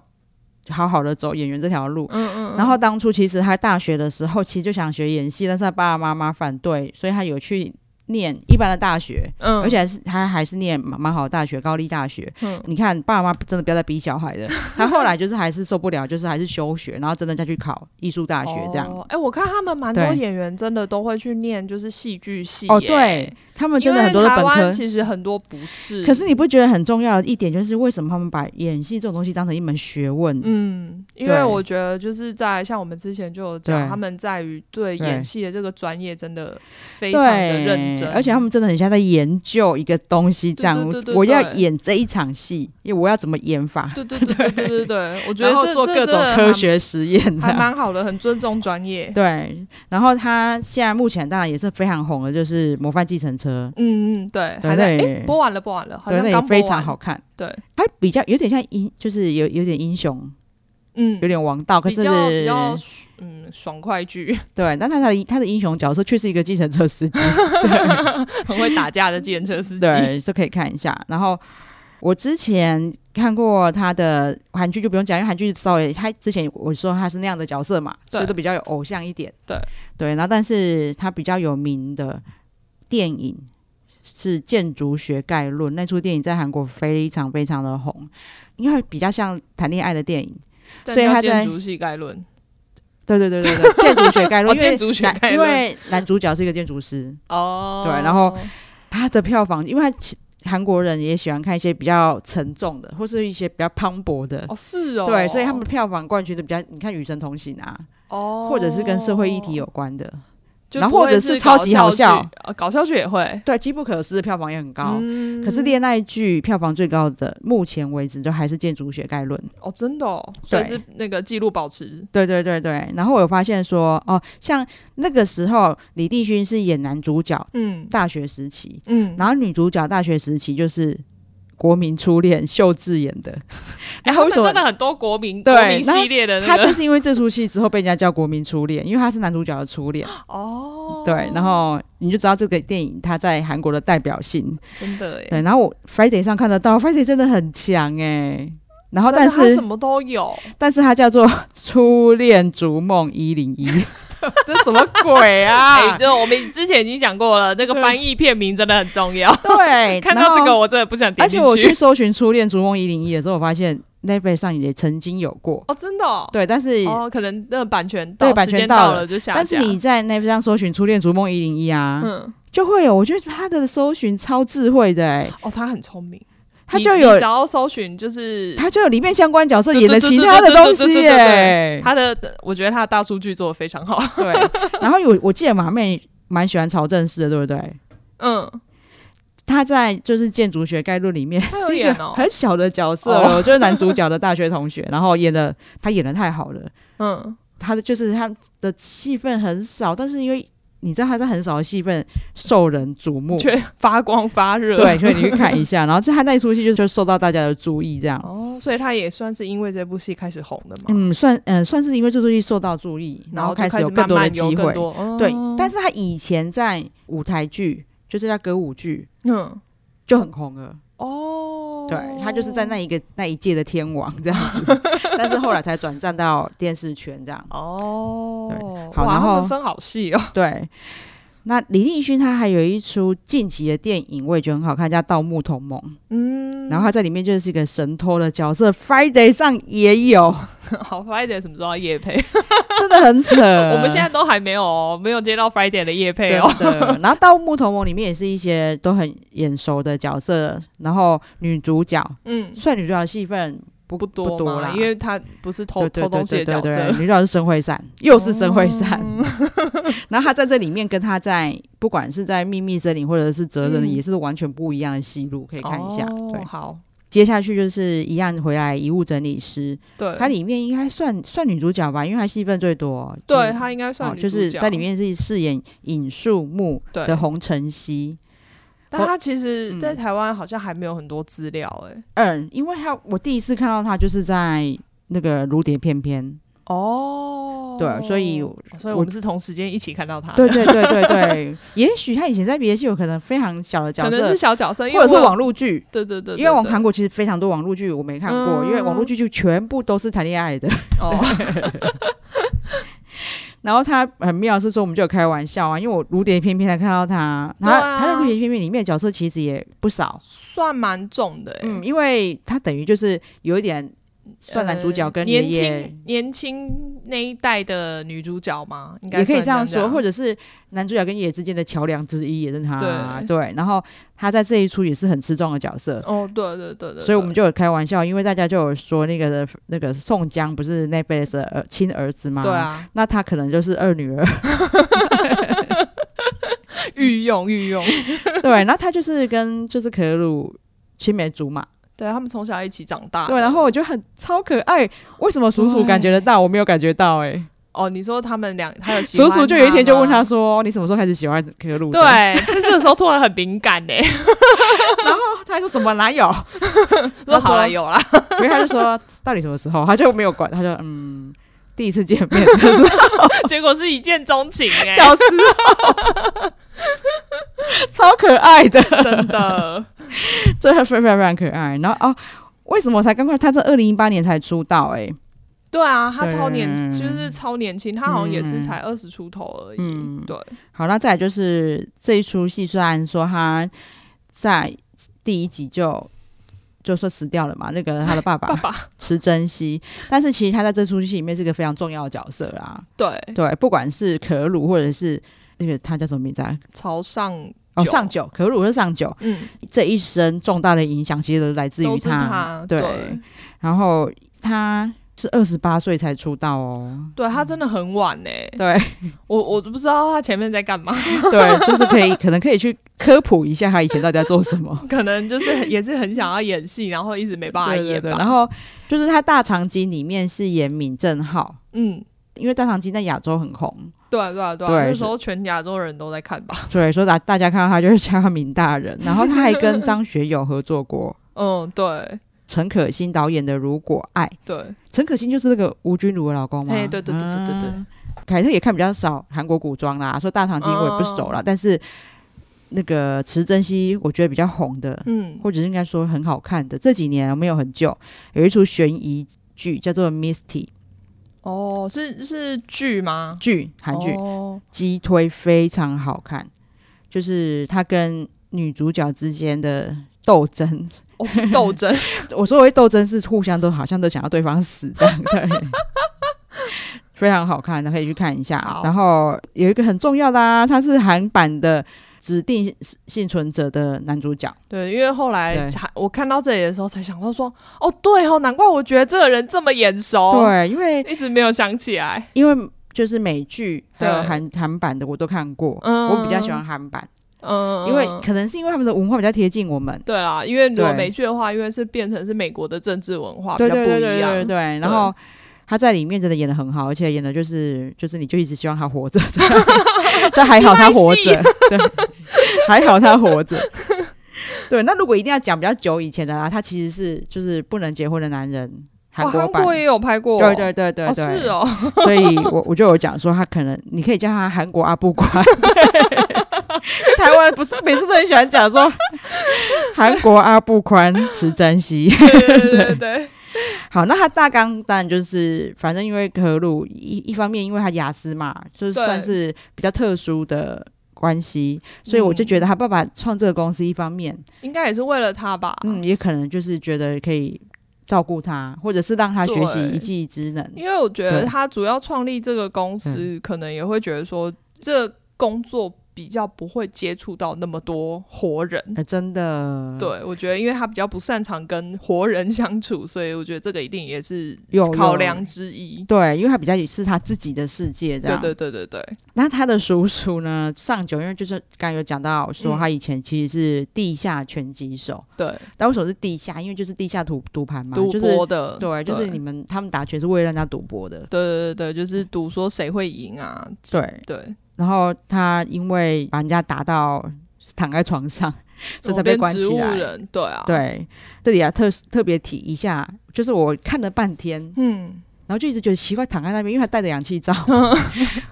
Speaker 1: 好好的走演员这条路。
Speaker 2: 嗯嗯，
Speaker 1: 然后当初其实他大学的时候，其实就想学演戏，但是他爸爸妈妈反对，所以他有去念一般的大学，
Speaker 2: 嗯，
Speaker 1: 而且还是他还是念蛮蛮好的大学，高丽大学。
Speaker 2: 嗯
Speaker 1: 你看，爸妈真的不要再逼小孩了。他后来就是还是受不了，就是还是休学，然后真的再去考艺术大学这样。
Speaker 2: 哦哎、我看他们蛮多
Speaker 1: 对
Speaker 2: 演员真的都会去念就是戏剧系
Speaker 1: 哦，
Speaker 2: 耶
Speaker 1: 对，他们
Speaker 2: 因
Speaker 1: 真的
Speaker 2: 为
Speaker 1: 很多的
Speaker 2: 台
Speaker 1: 本
Speaker 2: 湾
Speaker 1: 科。
Speaker 2: 其实很多不是，
Speaker 1: 可是你不觉得很重要的一点就是为什么他们把演戏这种东西当成一门学问？
Speaker 2: 嗯，因
Speaker 1: 对
Speaker 2: 为我觉得就是在像我们之前就有讲，
Speaker 1: 对
Speaker 2: 他们在于对
Speaker 1: 对
Speaker 2: 演戏的这个专业真的非常的
Speaker 1: 对，
Speaker 2: 认真，
Speaker 1: 而且他们真的很像在研究一个东西，这样
Speaker 2: 对对对对
Speaker 1: 我要
Speaker 2: 对
Speaker 1: 演这一场戏，因为我要怎么演 法，
Speaker 2: 对对对对对对对，我觉
Speaker 1: 然
Speaker 2: 得
Speaker 1: 后
Speaker 2: 这
Speaker 1: 做
Speaker 2: 这
Speaker 1: 各
Speaker 2: 真
Speaker 1: 种
Speaker 2: 的
Speaker 1: 科
Speaker 2: 还
Speaker 1: 学实验，这
Speaker 2: 还
Speaker 1: 样
Speaker 2: 蛮好的，很尊重专业。
Speaker 1: 对。然后他现在目前当然也是非常红的，就是《模范计程车》，
Speaker 2: 嗯嗯，对，
Speaker 1: 对
Speaker 2: 还在哎、
Speaker 1: 对
Speaker 2: 播完了播完了，好
Speaker 1: 对，
Speaker 2: 像
Speaker 1: 那
Speaker 2: 刚
Speaker 1: 也
Speaker 2: 播
Speaker 1: 非常
Speaker 2: 完
Speaker 1: 好，看。
Speaker 2: 对，
Speaker 1: 它比较有点像英，就是有有点英雄，
Speaker 2: 嗯
Speaker 1: 有，点王道，可
Speaker 2: 比
Speaker 1: 是
Speaker 2: 较比较嗯爽快剧，
Speaker 1: 对，但他他的他的英雄角色却是一个计程车司机，
Speaker 2: 很会打架的计程车司机，
Speaker 1: 对，这可以看一下。然后我之前看过他的韩剧，就不用讲，因为韩剧稍微他之前我说他是那样的角色嘛，
Speaker 2: 对
Speaker 1: 所以都比较有偶像一点。
Speaker 2: 对
Speaker 1: 对，然后但是他比较有名的电影是《建筑学概论》，那出电影在韩国非常非常的红，因为比较像谈恋爱的电影。
Speaker 2: 但
Speaker 1: 所以
Speaker 2: 叫
Speaker 1: 他在哦
Speaker 2: 建筑系概论
Speaker 1: 对对对对对，建筑学概论，
Speaker 2: 哦
Speaker 1: 因为
Speaker 2: 建筑学
Speaker 1: 男
Speaker 2: 概
Speaker 1: 因
Speaker 2: 论
Speaker 1: 为男主角是一个建筑师，
Speaker 2: 哦
Speaker 1: 对然后他的票房，因为他其韩国人也喜欢看一些比较沉重的，或是一些比较磅礴的，
Speaker 2: 哦是哦，
Speaker 1: 对，所以他们的票房冠军都比较，你看《与神同行》啊，
Speaker 2: 哦，
Speaker 1: 或者是跟社会议题有关的，
Speaker 2: 就
Speaker 1: 然
Speaker 2: 不
Speaker 1: 后或
Speaker 2: 会
Speaker 1: 者
Speaker 2: 是
Speaker 1: 是超级好
Speaker 2: 笑
Speaker 1: 笑
Speaker 2: 剧，呃搞笑剧也会
Speaker 1: 对，《机不可失》的票房也很高。
Speaker 2: 嗯
Speaker 1: 可是恋爱剧票房最高的，目前为止就还是《建筑学概论》。
Speaker 2: 哦真的哦，所
Speaker 1: 对
Speaker 2: 以是那个记录保持
Speaker 1: 对对对对，然后我有发现说，哦，像那个时候李帝勋是演男主角，
Speaker 2: 嗯
Speaker 1: 大学时期，
Speaker 2: 嗯
Speaker 1: 然后女主角大学时期就是国民初恋秀智演的，
Speaker 2: 然
Speaker 1: 然后
Speaker 2: 后
Speaker 1: 为什么
Speaker 2: 哎真的很多国民
Speaker 1: 对
Speaker 2: 国民系
Speaker 1: 那
Speaker 2: 列的那
Speaker 1: 他就
Speaker 2: 个
Speaker 1: 是因为这出戏之后被人家叫国民初恋，因为他是男主角的初恋。
Speaker 2: 哦，
Speaker 1: 对，然后你就知道这个电影它在韩国的代表性。
Speaker 2: 真的耶，
Speaker 1: 对，然后我 Friday 上看得到，Friday 真的很强哎、然后
Speaker 2: 真的
Speaker 1: 但
Speaker 2: 它
Speaker 1: 是
Speaker 2: 什么都有，
Speaker 1: 但是它叫做《初恋逐梦一零一》， 这什么鬼
Speaker 2: 哎、
Speaker 1: 啊？
Speaker 2: 这我们之前已经讲过了，那个翻译片名真的很重要。
Speaker 1: 对，
Speaker 2: 看
Speaker 1: 然
Speaker 2: 到
Speaker 1: 后
Speaker 2: 这个，我真的不想点
Speaker 1: 而
Speaker 2: 进
Speaker 1: 且我
Speaker 2: 去
Speaker 1: 去。搜寻《初恋逐梦一零一》的时候，我发现 Netflix 上也曾经有过。
Speaker 2: 哦，真的、哦。
Speaker 1: 对，但是、
Speaker 2: 哦，可能那个版权到
Speaker 1: 对版
Speaker 2: 时
Speaker 1: 权
Speaker 2: 间
Speaker 1: 到
Speaker 2: 到
Speaker 1: 了
Speaker 2: 就下架。
Speaker 1: 但是你在 Netflix 上搜寻《初恋逐梦一零一》啊，
Speaker 2: 嗯，
Speaker 1: 就会有。我觉得它的搜寻超智慧的、欸，
Speaker 2: 哦，他很聪明，
Speaker 1: 它
Speaker 2: 你
Speaker 1: 就
Speaker 2: 你
Speaker 1: 有
Speaker 2: 只要搜寻就是
Speaker 1: 它就有里面相关角色
Speaker 2: 对
Speaker 1: 演的
Speaker 2: 对
Speaker 1: 其
Speaker 2: 对
Speaker 1: 他的
Speaker 2: 对对
Speaker 1: 东
Speaker 2: 对对
Speaker 1: 西
Speaker 2: 对对
Speaker 1: 耶、
Speaker 2: 他的，我觉得他的大数据做的非常好。
Speaker 1: 对，然后有我记得马妹蛮喜欢曹正奭的，对不对？
Speaker 2: 嗯，
Speaker 1: 他在就是《建筑学概论》里面
Speaker 2: 他有
Speaker 1: 是一
Speaker 2: 演
Speaker 1: 个
Speaker 2: 哦
Speaker 1: 很小的角色
Speaker 2: 哦
Speaker 1: 哦，就是男主角的大学同学，然后演的他演的太好了，
Speaker 2: 嗯，
Speaker 1: 他的就是他的戏份很少，但是因为你知道他在很少的戏份受人瞩目，
Speaker 2: 却发光发热。
Speaker 1: 对，所以你去看一下，然后就他那一出戏就就受到大家的注意，这样，
Speaker 2: 哦，所以他也算是因为这部戏开始红的嘛。
Speaker 1: 嗯，算嗯、呃算是因为这出戏受到注意，
Speaker 2: 然后
Speaker 1: 开
Speaker 2: 就开
Speaker 1: 始有
Speaker 2: 慢
Speaker 1: 更多的
Speaker 2: 慢有
Speaker 1: 机
Speaker 2: 更
Speaker 1: 会，
Speaker 2: 多。哦
Speaker 1: 对，但是他以前在舞台剧，就是在歌舞剧
Speaker 2: 嗯，
Speaker 1: 就很红了。
Speaker 2: 哦，
Speaker 1: 对他就是在那一个那一届的天王这样 子，但是后来才转战到电视圈这样。
Speaker 2: 哦，
Speaker 1: 对好
Speaker 2: 哇
Speaker 1: 然
Speaker 2: 他们
Speaker 1: 后
Speaker 2: 分好细哦。
Speaker 1: 对，那李立勋他还有一出近期的电影，我也觉得很好看，叫《盗墓同盟》，
Speaker 2: 嗯，
Speaker 1: 然后他在里面就是一个神偷的角色，Friday 上也 有，
Speaker 2: 好 Friday 什么时候要夜配？
Speaker 1: 真的很扯。
Speaker 2: 我们现在都还没有哦，没有接到 Friday 的夜配哦。
Speaker 1: 呃真的。然后《盗墓同盟》里面也是一些都很眼熟的角色，然后女主角
Speaker 2: 嗯，
Speaker 1: 算女主角的戏份不
Speaker 2: 不多
Speaker 1: 不多
Speaker 2: 嘛
Speaker 1: 啦，
Speaker 2: 因为他不是偷
Speaker 1: 对对
Speaker 2: 偷
Speaker 1: 对
Speaker 2: 东西
Speaker 1: 对
Speaker 2: 的角
Speaker 1: 对对，
Speaker 2: 色。哦
Speaker 1: 女主角是申惠善， 又是申惠善。 然后她在这里面跟她在不管是在秘密森林或者是哲人，
Speaker 2: 嗯
Speaker 1: 也是完全不一样的戏路，可以看一下。
Speaker 2: 哦
Speaker 1: 对，
Speaker 2: 好，
Speaker 1: 接下去就是一样回来遗物整理师，
Speaker 2: 对，
Speaker 1: 她里面应该算算女主角吧，因为她戏份最多。
Speaker 2: 对
Speaker 1: 就是
Speaker 2: 他应该
Speaker 1: 哦
Speaker 2: 算，女
Speaker 1: 就
Speaker 2: 主
Speaker 1: 是
Speaker 2: 角
Speaker 1: 在里，面是饰演尹树木
Speaker 2: 对
Speaker 1: 的洪承熙。
Speaker 2: 但他其实，
Speaker 1: 嗯
Speaker 2: 在台湾好像还没有很多资料哎。
Speaker 1: 嗯，因为她我第一次看到她就是在那个《如蝶翩翩》，
Speaker 2: 哦，
Speaker 1: 对所以
Speaker 2: 哦所以我
Speaker 1: 我
Speaker 2: 们是同时间一起看到他
Speaker 1: 对
Speaker 2: 的，
Speaker 1: 对对对对， 也许他以前在别的戏有可能非常小的角
Speaker 2: 可能
Speaker 1: 色
Speaker 2: 是，小角色，因
Speaker 1: 或
Speaker 2: 为
Speaker 1: 者是
Speaker 2: 我有
Speaker 1: 网络剧。
Speaker 2: 对对对，嗯
Speaker 1: 因为我
Speaker 2: 我
Speaker 1: 们韩国其实非常多网络剧我没看过，因为网络剧就全部都是谈恋爱的。
Speaker 2: 哦，
Speaker 1: 然后他很妙的是说，我们就有开玩笑啊，因为我《如蝶翩翩》才看到他，
Speaker 2: 对
Speaker 1: 他、
Speaker 2: 啊
Speaker 1: 他在《如蝶翩翩》里面的角色其实也不少，
Speaker 2: 算蛮重的哎。
Speaker 1: 嗯，因为他等于就是有一点算男主角跟
Speaker 2: 呃
Speaker 1: 爷
Speaker 2: 年
Speaker 1: 爷
Speaker 2: 轻，年轻那一代的女主角吗？应该
Speaker 1: 也可以
Speaker 2: 算
Speaker 1: 这
Speaker 2: 这
Speaker 1: 样说，或
Speaker 2: 者
Speaker 1: 者是男主角跟爷爷之间的桥梁之一也是他，
Speaker 2: 对
Speaker 1: 对。然后他在这一出也是很吃重的角色，
Speaker 2: 哦，对对对对，
Speaker 1: 所以我们
Speaker 2: 就
Speaker 1: 就有开玩笑，因为大家就有说那个那个宋江不是 Netflix 的儿亲儿子吗？
Speaker 2: 对。啊，
Speaker 1: 那他可能就是二女儿，
Speaker 2: 御用御用，
Speaker 1: 对，那他就是跟就是可鲁青梅竹马，
Speaker 2: 对他们从小一起长大的。
Speaker 1: 对，然后我觉得很超可爱，为什么叔叔感觉得到，我没有感觉到、欸？哎，
Speaker 2: 哦，你说他们两，他有喜
Speaker 1: 叔
Speaker 2: 欢
Speaker 1: 叔就有一天就问他
Speaker 2: 他吗。
Speaker 1: 说，你什么时候开始喜欢可鲁？哦
Speaker 2: 对，， 但这个时候突然很敏感欸呢。
Speaker 1: 他还说怎么哪有？
Speaker 2: 说
Speaker 1: 他说
Speaker 2: 好了，有了，
Speaker 1: 因为他就说到底什么时候，他就没有管，他就嗯，第一次见面就是
Speaker 2: 结果是一见钟情哎，
Speaker 1: 小时候， 超可爱的。
Speaker 2: 真的。
Speaker 1: 真的非常非常可爱。然后哦，为什么我才刚刚他在二零一八年才出道、哎，
Speaker 2: 对啊，他超
Speaker 1: 对
Speaker 2: 年，就是超年轻，他好像也是才二十出头而已
Speaker 1: 嗯。
Speaker 2: 对，
Speaker 1: 好，那再来就是这一出戏，虽然说他在第一集就就说死掉了嘛，那个他的爸
Speaker 2: 爸
Speaker 1: 爸
Speaker 2: 爸，
Speaker 1: 池珍熙，但是其实他在这出戏里面是个非常重要的角色啦。
Speaker 2: 对，
Speaker 1: 对，不管是可鲁或者是那个他叫什么名字啊？
Speaker 2: 朝上
Speaker 1: 哦，
Speaker 2: 九
Speaker 1: 上九，可鲁是上九，
Speaker 2: 嗯，
Speaker 1: 这一生重大的影响其实都来自于
Speaker 2: 都是他，
Speaker 1: 对，
Speaker 2: 对，
Speaker 1: 然后他是二十八岁才出道哦。
Speaker 2: 对他真的很晚呢。
Speaker 1: 对，
Speaker 2: 我我都不知道他前面在干嘛，
Speaker 1: 对，就是可以，可 能可以去科普一下他以前到底在做什 么。
Speaker 2: 可能就是很也是很想要演戏，然后一直没办法
Speaker 1: 对
Speaker 2: 演
Speaker 1: 对对，
Speaker 2: 吧。
Speaker 1: 然后就是他《大长今》里面是演闵正浩，
Speaker 2: 嗯，
Speaker 1: 因为《大长今》在亚洲很红，
Speaker 2: 对啊对啊对啊，
Speaker 1: 对
Speaker 2: 那
Speaker 1: 是
Speaker 2: 时候全亚洲人都在看吧。
Speaker 1: 所以说大大家看到他就是叫他闵大人。然后他还跟张学友合作过，
Speaker 2: 嗯，对
Speaker 1: 陈可辛导演的《如果爱》，
Speaker 2: 对，
Speaker 1: 陈可辛就是那个吴君如的老公吗？
Speaker 2: 哎，对对对对对对，哦
Speaker 1: 嗯凯特也看比较少韩国古装啦，说大长今我也不熟啦，但是那个池珍熙我觉得比较红的，
Speaker 2: 嗯，
Speaker 1: 或者是应该说很好看的，这几年没有很久，有一出悬疑剧叫做《Misty》
Speaker 2: 哦，是是剧吗？
Speaker 1: 剧，韩剧，
Speaker 2: 哦
Speaker 1: 击推非常好看，就是他跟女主角之间的斗争。
Speaker 2: 哦，是斗争，
Speaker 1: 我所谓斗争是互相都好像都想要对方死这样， 对。非常好看，的可以去看一下啊
Speaker 2: 好。
Speaker 1: 然后有一个很重要的啊，他是韩版的指定幸存者的男主角，
Speaker 2: 对，因为后来
Speaker 1: 对
Speaker 2: 才我看到这里的时候才想到说，哦，对哦，难怪我觉得这个人这么眼熟，，
Speaker 1: 对，因为
Speaker 2: 一直没有想起来，
Speaker 1: 因为就是美剧还有
Speaker 2: 对
Speaker 1: 韩韩版的我都看过，
Speaker 2: 嗯
Speaker 1: 我比较喜欢韩版，
Speaker 2: 嗯，
Speaker 1: 因为可能是因为他们的文化比较贴近我们。
Speaker 2: 对啦，因为如果
Speaker 1: 对
Speaker 2: 美剧的话，因为是变成是美国的政治文化比
Speaker 1: 对
Speaker 2: 较不
Speaker 1: 对
Speaker 2: 一样，哦
Speaker 1: 对对对对，然后。他在里面真的演的很好，而且演的就是就是你就一直希望他 活着，但还好他活着，对，还好他活 着。对，那如果一定要讲比较久以前的啦，他其实是就是不能结婚的男人，韩
Speaker 2: 哇，
Speaker 1: 国
Speaker 2: 韩
Speaker 1: 版，
Speaker 2: 国也有拍过，
Speaker 1: 对对对对对，
Speaker 2: 哦，是哦，
Speaker 1: 所以我我就有讲说，他可能你可以叫他韩国阿布 宽。台湾不是每次都很喜欢讲说韩国阿布宽池占熙。
Speaker 2: 对对对对对，
Speaker 1: 好，那他大纲当然就是，反正因为和路一一方面，因为他雅思嘛，就是
Speaker 2: 对
Speaker 1: 算是比较特殊的关系，所以我就
Speaker 2: 嗯
Speaker 1: 觉得他爸爸创这个公司，一方面，
Speaker 2: 应该也是为了他吧，
Speaker 1: 嗯，也可能就是觉得可以照顾他，或者是让他学习
Speaker 2: 对
Speaker 1: 一技之能。
Speaker 2: 因为我觉得
Speaker 1: 对嗯
Speaker 2: 他主要创立这个公司，可能也会觉得说，这工作比较不会接触到那么多活人。
Speaker 1: 呃，真的，
Speaker 2: 对，我觉得因为他比较不擅长跟活人相处，所以我觉得这个一定也是
Speaker 1: 有
Speaker 2: 考
Speaker 1: 有
Speaker 2: 量之一。
Speaker 1: 对，因为他比较也是他自己的世界这
Speaker 2: 对
Speaker 1: 样。
Speaker 2: 对对对对，
Speaker 1: 那他的叔叔呢？上九，因为就是刚刚有讲到说
Speaker 2: 嗯
Speaker 1: 他以前其实是地下拳击手，
Speaker 2: 对，
Speaker 1: 但为什么是地下？因为就是地下赌赌盘嘛，
Speaker 2: 赌
Speaker 1: 就是
Speaker 2: 博的，
Speaker 1: 对，就是你们他们打拳是为了让他赌博的。
Speaker 2: 对对对对，就是赌说谁会赢啊？
Speaker 1: 对，
Speaker 2: 对，
Speaker 1: 然后他因为把人家打到躺在床上，所以才被
Speaker 2: 哦变
Speaker 1: 关
Speaker 2: 植
Speaker 1: 起
Speaker 2: 物
Speaker 1: 来。
Speaker 2: 人，对啊，，
Speaker 1: 对，这里啊特特别提一下，就是我看了半天，
Speaker 2: 嗯，
Speaker 1: 然后就一直觉得奇怪，躺在那边，因为他戴着氧气 罩，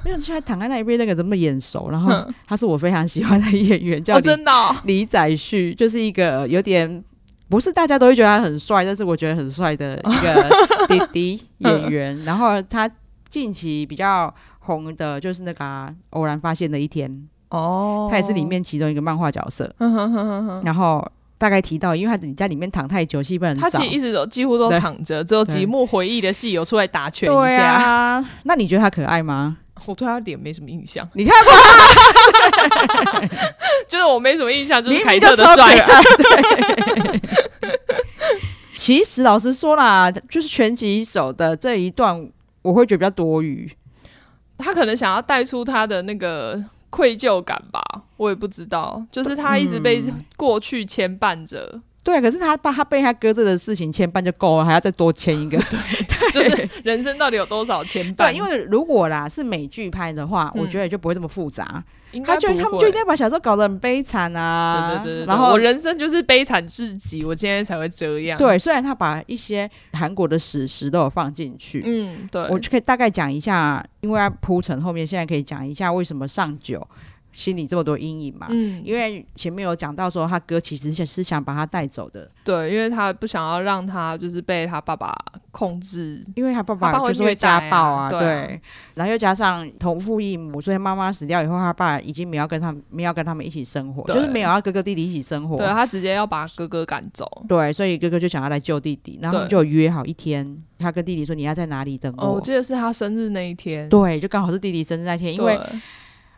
Speaker 1: 我想奇怪躺在那边那个怎么眼熟？然后
Speaker 2: 哼
Speaker 1: 他是我非常喜欢的演员，叫
Speaker 2: 哦，
Speaker 1: 李、
Speaker 2: 真的哦，
Speaker 1: 李宰旭，就是一个有点不是大家都会觉得他很帅，但是我觉得很帅的一 个弟弟演员。然后他近期比较红的就是那个啊、偶然发现的一天》，
Speaker 2: 哦
Speaker 1: 他也是里，面其中一个漫画角色。
Speaker 2: 哼哼哼哼哼
Speaker 1: 然后大概提到，因为他你在里面躺太久，戏份很
Speaker 2: 他
Speaker 1: 少
Speaker 2: 其实。一直都几乎都
Speaker 1: 对
Speaker 2: 躺着，只有
Speaker 1: 对
Speaker 2: 极目回忆的戏有出来打拳一
Speaker 1: 对
Speaker 2: 下。
Speaker 1: 啊，那你觉得他可爱吗？
Speaker 2: 我对他脸没什么印象，
Speaker 1: 你看
Speaker 2: 就是我没什么印象，就是
Speaker 1: 明
Speaker 2: 凯
Speaker 1: 明
Speaker 2: 特的
Speaker 1: 超可
Speaker 2: 帅。
Speaker 1: 爱。对 其实老实说啦，就是拳击手的这一段，我会觉得比较多余。
Speaker 2: 他可能想要带出他的那个愧疚感吧，我也不知道，就是他一直被过去牵绊着，
Speaker 1: 对，啊可是他把他被他哥这的事情牵绊就够了，还要再多牵 一个。
Speaker 2: 就是人生到底有多少牵绊？
Speaker 1: 对，啊因为如果啦是美剧拍的话，
Speaker 2: 嗯
Speaker 1: 我觉得也就不会这么复杂。
Speaker 2: 应该
Speaker 1: 他就
Speaker 2: 不会
Speaker 1: 他们就一定要把小时候搞得很悲惨啊，
Speaker 2: 对对对对，
Speaker 1: 然后
Speaker 2: 我人生就是悲惨至极，我今天才会这样。，
Speaker 1: 对，虽然他把一些韩国的史实都有放进去，
Speaker 2: 嗯，对，
Speaker 1: 我就可以大概讲一下，因为要铺陈后面，现在可以讲一下为什么上九心里这么多阴影嘛。
Speaker 2: 嗯，
Speaker 1: 啊因为前面有讲到说，他哥其实是是想把他带走的，
Speaker 2: 对，因为他不想要让他就是被他爸爸控制，
Speaker 1: 因为他爸
Speaker 2: 他爸
Speaker 1: 爸
Speaker 2: 会
Speaker 1: 就是会
Speaker 2: 虐待
Speaker 1: 家暴
Speaker 2: 啊
Speaker 1: 啊，
Speaker 2: 对啊
Speaker 1: 对，然后又加上同父异母，所以妈妈死掉以后，他爸已经没有跟他们没有跟他们一起生活，
Speaker 2: 对
Speaker 1: 就是没有要哥哥弟弟一起生活
Speaker 2: 对，啊他直接要把哥哥赶走。
Speaker 1: 对，所以哥哥就想要来救弟弟，然后他们
Speaker 2: 对
Speaker 1: 就有约好一天，他跟弟弟说你要在哪里等
Speaker 2: 哦，
Speaker 1: 我，
Speaker 2: 我记得是他生日那一天，
Speaker 1: 对，就刚好是弟弟生日那天，因为
Speaker 2: 对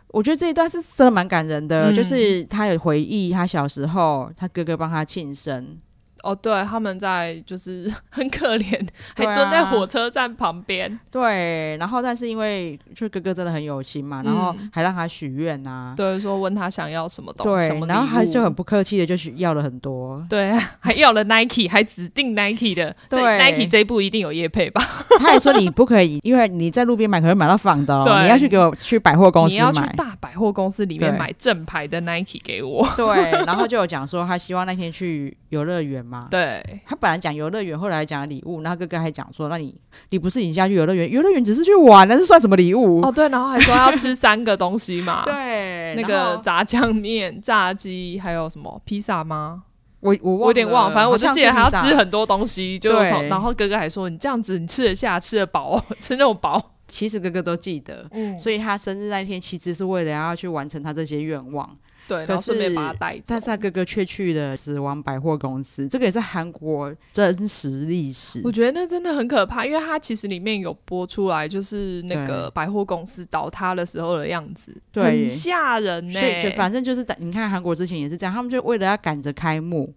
Speaker 1: 我觉得这一段是真的蛮感人的，
Speaker 2: 嗯
Speaker 1: 就是他有回忆他小时候，他哥哥帮他庆生，
Speaker 2: 哦，对，他们在就是 很可怜，还
Speaker 1: 对啊
Speaker 2: 蹲在火车站旁边。
Speaker 1: 对，然后但是因为就哥哥真的很有心嘛，然后
Speaker 2: 嗯
Speaker 1: 还让他许愿呐，
Speaker 2: 对，说问他想要什么东西，什
Speaker 1: 对
Speaker 2: 么，礼
Speaker 1: 然后他就
Speaker 2: 物，
Speaker 1: 很不客气的就许要了很多
Speaker 2: 对，啊还要了 Nike，还指定 Nike 的，这
Speaker 1: 对
Speaker 2: Nike 这一部一定有业配吧？
Speaker 1: 他还说你不可以，因为你在路边买可能买到仿的、哦，
Speaker 2: 对
Speaker 1: 你要去给我去百货公
Speaker 2: 你
Speaker 1: 司
Speaker 2: 要去
Speaker 1: 买。
Speaker 2: 大百货公司里面
Speaker 1: 对
Speaker 2: 买正牌的 Nike 给我。
Speaker 1: 对，然后就有讲说他希望那天去游乐园嘛。
Speaker 2: 对，
Speaker 1: 他本来讲游乐园，后来讲礼物，然后哥哥还讲说，那你你不是已经要去游乐园？游乐园只是去玩，那是算什么礼物？
Speaker 2: 哦对，然后还说要吃三个东西嘛，，
Speaker 1: 对
Speaker 2: 啊那
Speaker 1: 然
Speaker 2: 个
Speaker 1: 后
Speaker 2: 炸酱面、炸鸡，还有什么披萨吗？
Speaker 1: 我我
Speaker 2: 我有点忘，
Speaker 1: 了
Speaker 2: 反正我就
Speaker 1: 好像
Speaker 2: 记得
Speaker 1: 是
Speaker 2: 还要
Speaker 1: 披萨
Speaker 2: 吃很多东西，就
Speaker 1: 对
Speaker 2: 从然后哥哥还说你这样子你吃得下，吃得饱哦， 吃那种饱，
Speaker 1: 其实哥哥都记得，
Speaker 2: 嗯，
Speaker 1: 所以他生日那一天其实是为了要去完成他这些愿望，
Speaker 2: 对，
Speaker 1: 可
Speaker 2: 然后顺便
Speaker 1: 是
Speaker 2: 把他带走
Speaker 1: 但是。他哥哥却去了死亡百货公司，这个也是韩国真实历史
Speaker 2: 我。觉得那真的很可怕，因为它其实里面有播出来，就是那个
Speaker 1: 对
Speaker 2: 百货公司倒塌的时候的样子，
Speaker 1: 对
Speaker 2: 很吓人欸呢、
Speaker 1: 所以就反正就是你看韩国之前也是这样，他们就为了要赶着开幕，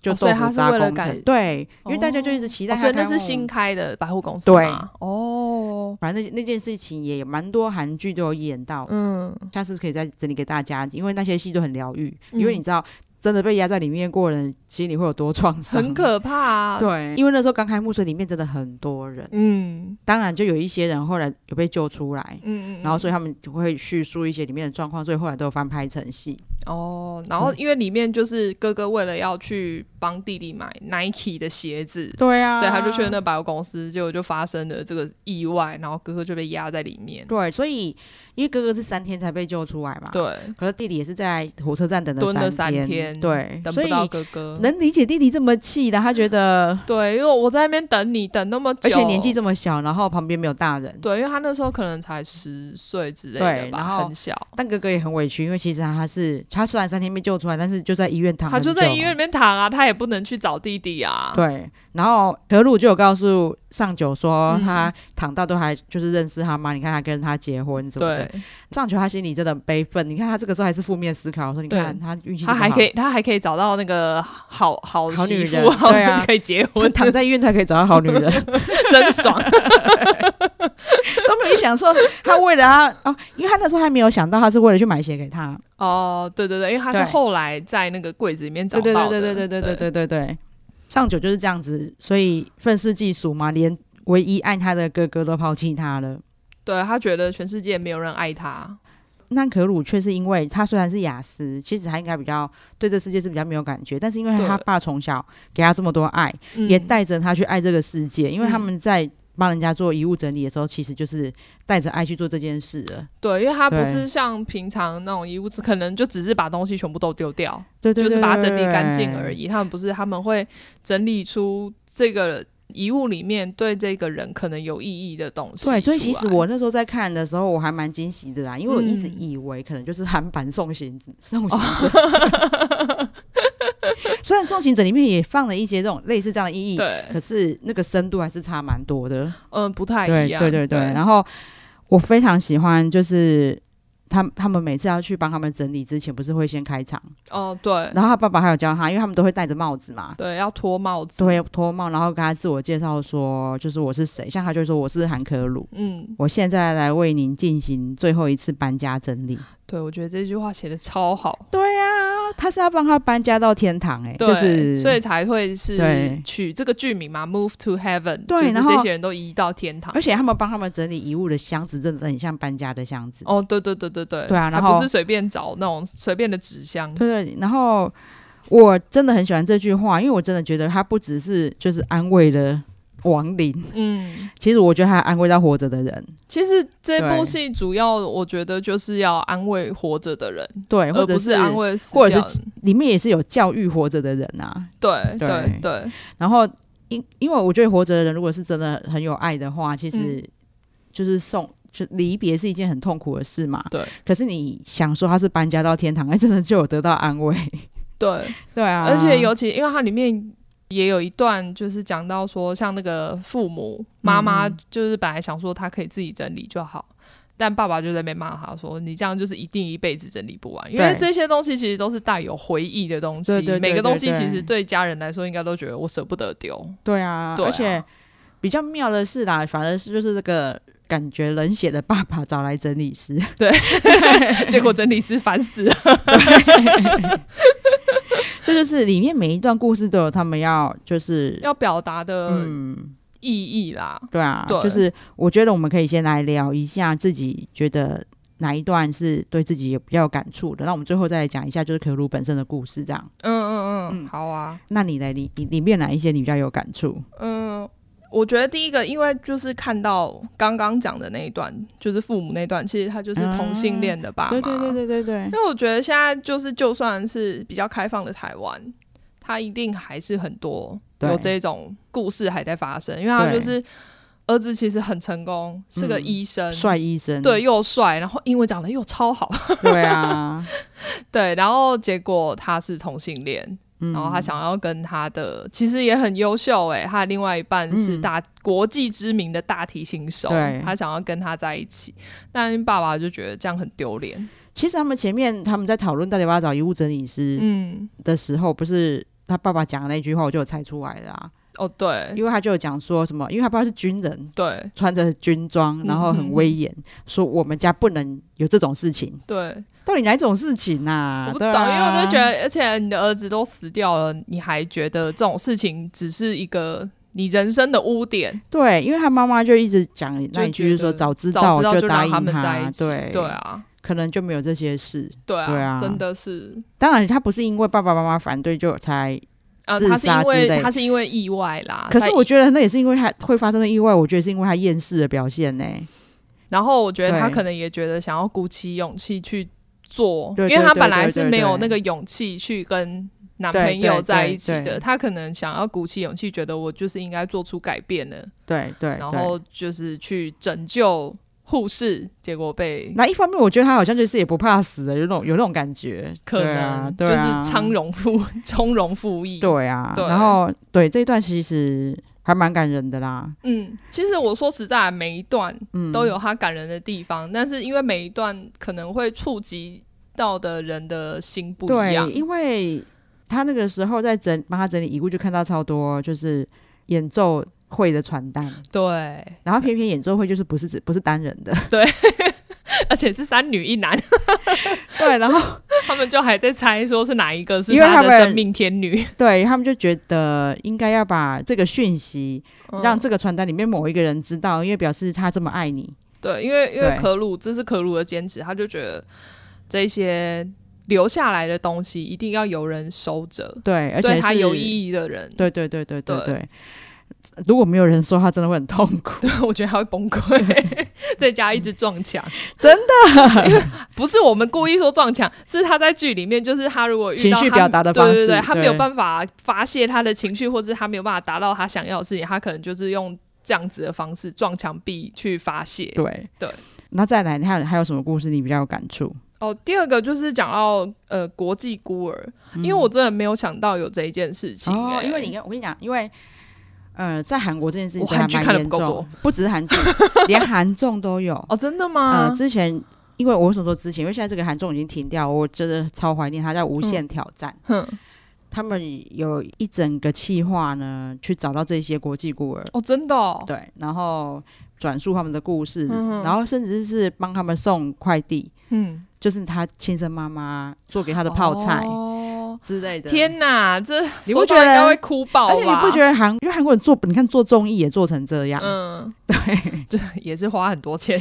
Speaker 1: 就
Speaker 2: 哦所以
Speaker 1: 豆腐
Speaker 2: 他是
Speaker 1: 渣
Speaker 2: 为了
Speaker 1: 工程
Speaker 2: 赶
Speaker 1: 对，
Speaker 2: 哦
Speaker 1: 因为大家就一直期待
Speaker 2: 哦
Speaker 1: 他
Speaker 2: 所
Speaker 1: 开
Speaker 2: 以
Speaker 1: 幕、
Speaker 2: 那是新开的百货公司
Speaker 1: 对
Speaker 2: 吗哦，
Speaker 1: 反正那那件事情也蛮多韩剧都有演到，
Speaker 2: 嗯，
Speaker 1: 下次可以再整理给大家，因为那些戏都很疗愈，
Speaker 2: 嗯
Speaker 1: 因为你知道真的被压在里面过的人心里会有多创伤，
Speaker 2: 很可怕、啊，，
Speaker 1: 对，因为那时候刚开幕，所以里面真的很多人，
Speaker 2: 嗯
Speaker 1: 当然就有一些人后来有被救出来
Speaker 2: 嗯，嗯，
Speaker 1: 然后所
Speaker 2: 以
Speaker 1: 以他们会叙述一些里面的状况，所以后来都有翻拍成戏。
Speaker 2: 哦，然
Speaker 1: 嗯
Speaker 2: 后因为里面就是哥哥为了要去帮弟弟买 Nike 的鞋子。
Speaker 1: 对啊
Speaker 2: 所以他就去了那百货公司，结果就发生了这个意外，然后哥哥就被压在里面。
Speaker 1: 对，所以因为哥哥是三天才被救出来嘛，。
Speaker 2: 对，
Speaker 1: 可是弟弟也是在火车站等
Speaker 2: 蹲了
Speaker 1: 三
Speaker 2: 三天
Speaker 1: 对，
Speaker 2: 等
Speaker 1: 所
Speaker 2: 不
Speaker 1: 以
Speaker 2: 到哥哥，
Speaker 1: 能理解弟弟这么气的，他觉 得，
Speaker 2: 对，因为我在那边等你等那么久，
Speaker 1: 而且年纪这么小，然后旁边没有大人，
Speaker 2: 对，因为他那时候可能才十岁之类
Speaker 1: 对
Speaker 2: 的吧，
Speaker 1: 然后
Speaker 2: 很小，
Speaker 1: 但哥哥也很委屈，因为其实他是他虽然三天被救出来，但是就在医院躺
Speaker 2: 他
Speaker 1: 很久，
Speaker 2: 就在医院里面躺啊，他也不能去找弟弟啊。
Speaker 1: 对，然后何鲁就有告诉上九说，
Speaker 2: 嗯
Speaker 1: 他躺到都还就是认识他妈，你看他跟他结婚什么的。
Speaker 2: 对，
Speaker 1: 上九他心里真的很悲愤，你看他这个时候还是负面思考，说你
Speaker 2: 对
Speaker 1: 看他运气这
Speaker 2: 他
Speaker 1: 么
Speaker 2: 还
Speaker 1: 好
Speaker 2: 可以，他还可以找到那个好好
Speaker 1: 好
Speaker 2: 媳
Speaker 1: 女
Speaker 2: 妇，
Speaker 1: 人
Speaker 2: 好
Speaker 1: 对啊
Speaker 2: 可以结
Speaker 1: 我
Speaker 2: 婚，
Speaker 1: 躺在医院才可以找到好女人，
Speaker 2: 真爽。
Speaker 1: 都没有想说他为了他哦，因为他那时候还没有想到他是为了去买鞋给他。
Speaker 2: 哦，对对对，因为他是
Speaker 1: 对
Speaker 2: 后来在那个柜子里面找
Speaker 1: 对对
Speaker 2: 到的。
Speaker 1: 对对对对对对
Speaker 2: 对
Speaker 1: 对对对，上九就是这样子，所以愤世嫉俗嘛，连唯一爱他的哥哥都抛弃他了。
Speaker 2: 对他觉得全世界没有人爱他。
Speaker 1: 那可鲁却是因为他虽然是雅思，其实他应该比较对这世界是比较没有感觉，但是因为
Speaker 2: 对
Speaker 1: 他爸从小给他这么多爱，
Speaker 2: 嗯
Speaker 1: 也带着他去爱这个世界。因为他
Speaker 2: 嗯
Speaker 1: 们在帮人家做遗物整理的时候，其实就是带着爱去做这件事了。
Speaker 2: 对，因为他不
Speaker 1: 对
Speaker 2: 是像平常那种衣物，只可能就只是把东西全部都丢掉。
Speaker 1: 对对
Speaker 2: 就是把它整理干净而
Speaker 1: 已。
Speaker 2: 已。他们不是，他们会整理出这个遗物里面对这个人可能有意义的东西出来。
Speaker 1: 对，
Speaker 2: 嗯
Speaker 1: 所以其实我那时候在看的时候，我还蛮惊喜的啦，因为我一直以为可能就是韩版送行
Speaker 2: 哦
Speaker 1: 送行者， 虽然送行者里面也放了一些这种类似这样的意义，
Speaker 2: 对，
Speaker 1: 可是那个深度还是差蛮多的。
Speaker 2: 嗯，不太
Speaker 1: 对
Speaker 2: 一样。
Speaker 1: 对对对，然后我非常喜欢，就是他他们每次要去帮他们整理之前，不是会先开场，
Speaker 2: 哦，对
Speaker 1: 然后他爸爸还有教他，因为他们都会戴着帽子嘛，
Speaker 2: 对，要脱帽子。
Speaker 1: 都会脱帽，然后跟他自我介绍说，就是我是谁，像他就会说我是韩可鲁，
Speaker 2: 嗯，
Speaker 1: 我现在来为您进行最后一次搬家整理。
Speaker 2: 对，我觉得这句话写的超好，
Speaker 1: 对啊，他是要帮他搬家到天堂、哎，
Speaker 2: 对，
Speaker 1: 就是
Speaker 2: 所以。才会是
Speaker 1: 对
Speaker 2: 取这个剧名嘛，《Move to Heaven》，
Speaker 1: 对
Speaker 2: 就是
Speaker 1: 然后
Speaker 2: 这些人都移到天堂
Speaker 1: 而。且他们帮他们整理遗物的箱子，真的很像搬家的箱子。
Speaker 2: 哦，对对对对对，
Speaker 1: 对啊
Speaker 2: 还
Speaker 1: 然
Speaker 2: 不
Speaker 1: 后
Speaker 2: 是随便找那种随便的纸箱，
Speaker 1: 对对，然后我真的很喜欢这句话，因为我真的觉得他不只是就是安慰了亡灵，
Speaker 2: 嗯，
Speaker 1: 其实我觉得他安慰到活着的人，
Speaker 2: 其实这部
Speaker 1: 对
Speaker 2: 戏主要我觉得就是要安慰活着的人，
Speaker 1: 对，
Speaker 2: 而
Speaker 1: 哎或者
Speaker 2: 不是安慰死
Speaker 1: 或者
Speaker 2: 掉
Speaker 1: 是
Speaker 2: 的
Speaker 1: 里面也是有教育活着的人啊。
Speaker 2: 对
Speaker 1: 对
Speaker 2: 对对，
Speaker 1: 然后因因为我觉得活着的人如果是真的很有爱的话，其
Speaker 2: 嗯
Speaker 1: 实就是送。就离别是一件很痛苦的事嘛，
Speaker 2: 对。
Speaker 1: 可是你想说他是搬家到天堂，哎， 真的就有得到安慰，
Speaker 2: 对，
Speaker 1: 对啊。
Speaker 2: 而且尤其因为它里面也有一段就是讲到说，像那个父母妈
Speaker 1: 嗯
Speaker 2: 妈就是本来想说她可以自己整理就好。但爸爸就在那边骂他说：“你这样就是一定一辈子整理不完，因为
Speaker 1: 对
Speaker 2: 这些东西其实都是带有回忆的东西。
Speaker 1: 对对对
Speaker 2: 每个东西
Speaker 1: 对对
Speaker 2: 其实对家人来说，应该都觉得我舍不得丢。
Speaker 1: 对啊，
Speaker 2: 对啊
Speaker 1: 而且比较妙的是啦，反而是就是这个感觉冷血的爸爸找来整理师，
Speaker 2: 结果整理师烦死了。
Speaker 1: 这就是里面每一段故事都有他们要就是
Speaker 2: 要呃表达的
Speaker 1: 嗯，
Speaker 2: 意义啦，
Speaker 1: 对啊，
Speaker 2: 对
Speaker 1: 就是我觉得我们可以先来聊一下自己觉得哪一段是对自己也比较有感触的。那我们最后再来讲一下，就是可鲁本身的故事这样。
Speaker 2: 嗯嗯嗯，好啊，
Speaker 1: 那你来，你你里面哪一些你比较有感触？
Speaker 2: 嗯，我觉得第一个，因为就是看到刚刚讲的那一段，就是父母那段，其实他就是同性恋的爸妈、
Speaker 1: 对嗯对对对对对
Speaker 2: 因，为我觉得现在就是，就算是比较开放的台湾，它一定还是很多
Speaker 1: 对
Speaker 2: 有这种故事还在发生。因为他
Speaker 1: 对
Speaker 2: 就是儿子其实很成功，是个医生，
Speaker 1: 嗯帅医生，
Speaker 2: 呃对，又帅，然后英文讲的又超好，
Speaker 1: 对啊，
Speaker 2: 对，然后结果他是同性恋，
Speaker 1: 嗯
Speaker 2: 然后他想要跟他的其实也很优秀诶、他的另外一半是大、国际知名的大提琴手
Speaker 1: 嗯对，
Speaker 2: 他想要跟他在一起，但爸爸就觉得这样很丢脸，
Speaker 1: 其实他们前面他们在讨论到底要不要找遗物整理师
Speaker 2: 嗯，
Speaker 1: 的时候，不是他爸爸讲的那句话，我就有猜出来了、啊，
Speaker 2: 哦，对，
Speaker 1: 因为他就有讲说什么，因为他爸爸是军人，
Speaker 2: 对，
Speaker 1: 穿着军
Speaker 2: 嗯
Speaker 1: 装，然后很威严，说我们家不能有这种事情。
Speaker 2: 对，
Speaker 1: 到底哪一种事情呐、
Speaker 2: 我不
Speaker 1: 对
Speaker 2: 懂，
Speaker 1: 啊
Speaker 2: 因为我就觉得，而且你的儿子都死掉了，你还觉得这种事情只是一个你人生的污点，
Speaker 1: 对，因为他妈妈就一直讲那一
Speaker 2: 就
Speaker 1: 句，就是
Speaker 2: 觉
Speaker 1: 说
Speaker 2: 得
Speaker 1: 早知
Speaker 2: 早
Speaker 1: 道
Speaker 2: 知道
Speaker 1: 我
Speaker 2: 就
Speaker 1: 答
Speaker 2: 让
Speaker 1: 应
Speaker 2: 他们在一起，
Speaker 1: 对
Speaker 2: 对，啊，
Speaker 1: 可能就没有这些事。
Speaker 2: 对啊，
Speaker 1: 对啊
Speaker 2: 真的是
Speaker 1: 当然，他不是因为爸爸妈妈反对就才，
Speaker 2: 啊，
Speaker 1: 自
Speaker 2: 他是因
Speaker 1: 杀之类
Speaker 2: 为
Speaker 1: 的
Speaker 2: 他是因为意外啦，
Speaker 1: 可是
Speaker 2: 啊他
Speaker 1: 我觉得那也是因为他会发生的意外，我觉得是因为他厌世的表现呢、
Speaker 2: 然后我觉得他
Speaker 1: 对
Speaker 2: 可能也觉得想要鼓起勇气去做，
Speaker 1: 对对
Speaker 2: 因为他
Speaker 1: 对对
Speaker 2: 本来
Speaker 1: 对
Speaker 2: 是
Speaker 1: 对
Speaker 2: 没有
Speaker 1: 对
Speaker 2: 那个勇气去跟男
Speaker 1: 对
Speaker 2: 朋友
Speaker 1: 对
Speaker 2: 在
Speaker 1: 对
Speaker 2: 一起
Speaker 1: 对
Speaker 2: 的，他可能想要鼓起勇气，觉得我就是应该做出改变的，
Speaker 1: 对对，
Speaker 2: 然
Speaker 1: 对
Speaker 2: 后就是去拯救护士，结果被
Speaker 1: 那一方面，我觉得他好像就是也不怕死的，有那种有那种感觉，
Speaker 2: 可
Speaker 1: 对啊
Speaker 2: 能就
Speaker 1: 对
Speaker 2: 是
Speaker 1: 啊
Speaker 2: 苍荣复从容赴义。
Speaker 1: 对啊，
Speaker 2: 对
Speaker 1: 然后对这一段其实还蛮感人的啦。
Speaker 2: 嗯，其实我说实在，每一段
Speaker 1: 嗯，
Speaker 2: 都有它感人的地方，但是因为每一段可能会触及到的人的心不一样
Speaker 1: 对，。因为他那个时候在整帮他整理遗物，就看到超多就是演奏会的传 单，
Speaker 2: 对，
Speaker 1: 然后偏偏演奏会就是不是只不是单人 的，
Speaker 2: 而且是三女一男，
Speaker 1: 对，然后
Speaker 2: 他们就还在猜说是哪一个是
Speaker 1: 因为他
Speaker 2: 的
Speaker 1: 们
Speaker 2: 真命天女，
Speaker 1: 对他们就觉得应该要把这个讯息让
Speaker 2: 嗯
Speaker 1: 这个传单里面某一个人知道，因为表示他这么爱你，
Speaker 2: 对，因为因为
Speaker 1: 对
Speaker 2: 可鲁这是可鲁的坚持，他就觉得这些留下来的东西一定要有人收着，
Speaker 1: 对，而且
Speaker 2: 对他
Speaker 1: 是
Speaker 2: 有意义的人，
Speaker 1: 对对对对对
Speaker 2: 对
Speaker 1: 对。如果没有人说，他真的会很痛苦。
Speaker 2: 我觉得他会崩溃， 在家一直撞墙，
Speaker 1: 真
Speaker 2: 的，不是我们故意说撞墙，是他在剧里面，就是他如果遇到
Speaker 1: 情绪
Speaker 2: 他
Speaker 1: 表达的方式
Speaker 2: 对对对，他没有
Speaker 1: 对
Speaker 2: 办法发泄他的情绪，或是他没有办法达到他想要的事情，他可能就是用这样子的方式撞墙壁去发泄。
Speaker 1: 对
Speaker 2: 对。
Speaker 1: 那再来，你还有还有什么故事你比较有感触？
Speaker 2: 哦，第二个就是讲到呃国际孤儿，因为我真的没有想到有这一件事情、
Speaker 1: 嗯哦，
Speaker 2: 欸
Speaker 1: 因为你跟我跟你讲，因为呃，在韩国这件事情
Speaker 2: 我
Speaker 1: 真的
Speaker 2: 韩剧
Speaker 1: 还蛮
Speaker 2: 看得
Speaker 1: 严
Speaker 2: 不够
Speaker 1: 重
Speaker 2: 多，
Speaker 1: 不只是韩 剧，连韩综都有。
Speaker 2: 哦，真的
Speaker 1: 呃，
Speaker 2: 吗？
Speaker 1: 之前因为我为什么说之前？因为现在这个韩综已经停掉，我真的超怀念它叫《无限挑战》
Speaker 2: 嗯哼、
Speaker 1: 他们有一整个企划呢，去找到这些国际孤儿，
Speaker 2: 哦，真的、哦，
Speaker 1: 对，然后转述他们的故事，
Speaker 2: 嗯哼
Speaker 1: 然后甚至是帮他们送快递，
Speaker 2: 嗯，
Speaker 1: 就是他亲生妈妈做给他
Speaker 2: 他
Speaker 1: 的泡菜
Speaker 2: 哦，
Speaker 1: 之类的。
Speaker 2: 天哪，这
Speaker 1: 你不
Speaker 2: 说
Speaker 1: 觉
Speaker 2: 到
Speaker 1: 得
Speaker 2: 应该会哭爆吧？
Speaker 1: 而且你不觉得韩，因为韩国人做，你看做综艺也做成这样，
Speaker 2: 嗯，
Speaker 1: 对，
Speaker 2: 对，也是花很多钱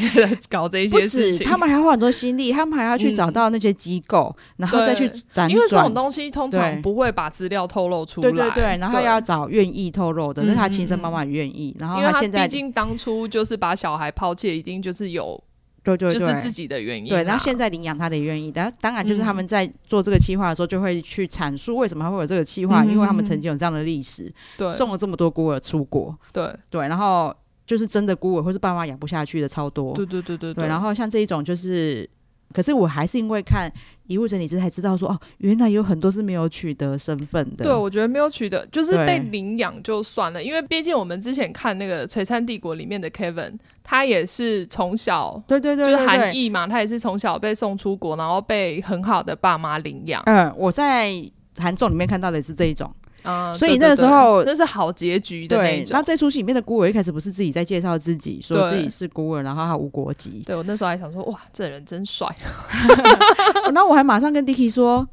Speaker 2: 搞这一
Speaker 1: 不
Speaker 2: 些事
Speaker 1: 止
Speaker 2: 情。
Speaker 1: 他们还花很多心力，他们还要去找
Speaker 2: 嗯
Speaker 1: 到那些机构，然后再去
Speaker 2: 对
Speaker 1: 辗转，
Speaker 2: 因为这种东西通常
Speaker 1: 对
Speaker 2: 不会把资料透露出来，
Speaker 1: 对对对，然后要找愿意透露的，
Speaker 2: 嗯
Speaker 1: 那是他亲生妈妈也愿意，然后
Speaker 2: 因为
Speaker 1: 现在
Speaker 2: 毕竟当初就是把小孩抛弃，一定就是有
Speaker 1: 对对对，
Speaker 2: 就是自己的原因啊、嗯
Speaker 1: 对，然后现在领养他的也愿意，但当然就是他们在做这个计划的时候，就会去阐述为什么他会有这个计划，
Speaker 2: 嗯
Speaker 1: 因为他们曾经有这样的历史，
Speaker 2: 对
Speaker 1: 送了这么多孤儿出国，
Speaker 2: 对
Speaker 1: 对，然后就是真的孤儿或是爸妈养不下去的超多，
Speaker 2: 对对对对
Speaker 1: 对，然后像这一种就是，可是我还是因为看《遗物整理师》才知道说，哦，原来有很多是没有取得身份的，
Speaker 2: 对，我觉得没有取得，就是
Speaker 1: 对
Speaker 2: 被领养就算了，因为毕竟我们之前看那个《璀璨帝国》里面的 Kevin，他也是从小
Speaker 1: 对对对，
Speaker 2: 就是
Speaker 1: 对
Speaker 2: 韩。
Speaker 1: 对
Speaker 2: 裔嘛，他也是从小被送出国，然后被很好的爸妈领养。
Speaker 1: 嗯，我在韩综里面看到的也是这一种，
Speaker 2: 啊
Speaker 1: 嗯所以
Speaker 2: 对
Speaker 1: 那
Speaker 2: 对
Speaker 1: 时候
Speaker 2: 对那是好结局的那一
Speaker 1: 对。
Speaker 2: 种
Speaker 1: 那。这出戏里面的孤儿一开始不是自己在介绍自己，说自
Speaker 2: 对
Speaker 1: 己是孤儿，然后他无国籍，
Speaker 2: 对我那时候还想说，哇，这人真帅，
Speaker 1: 哦然后我还马上跟 Dicky 说，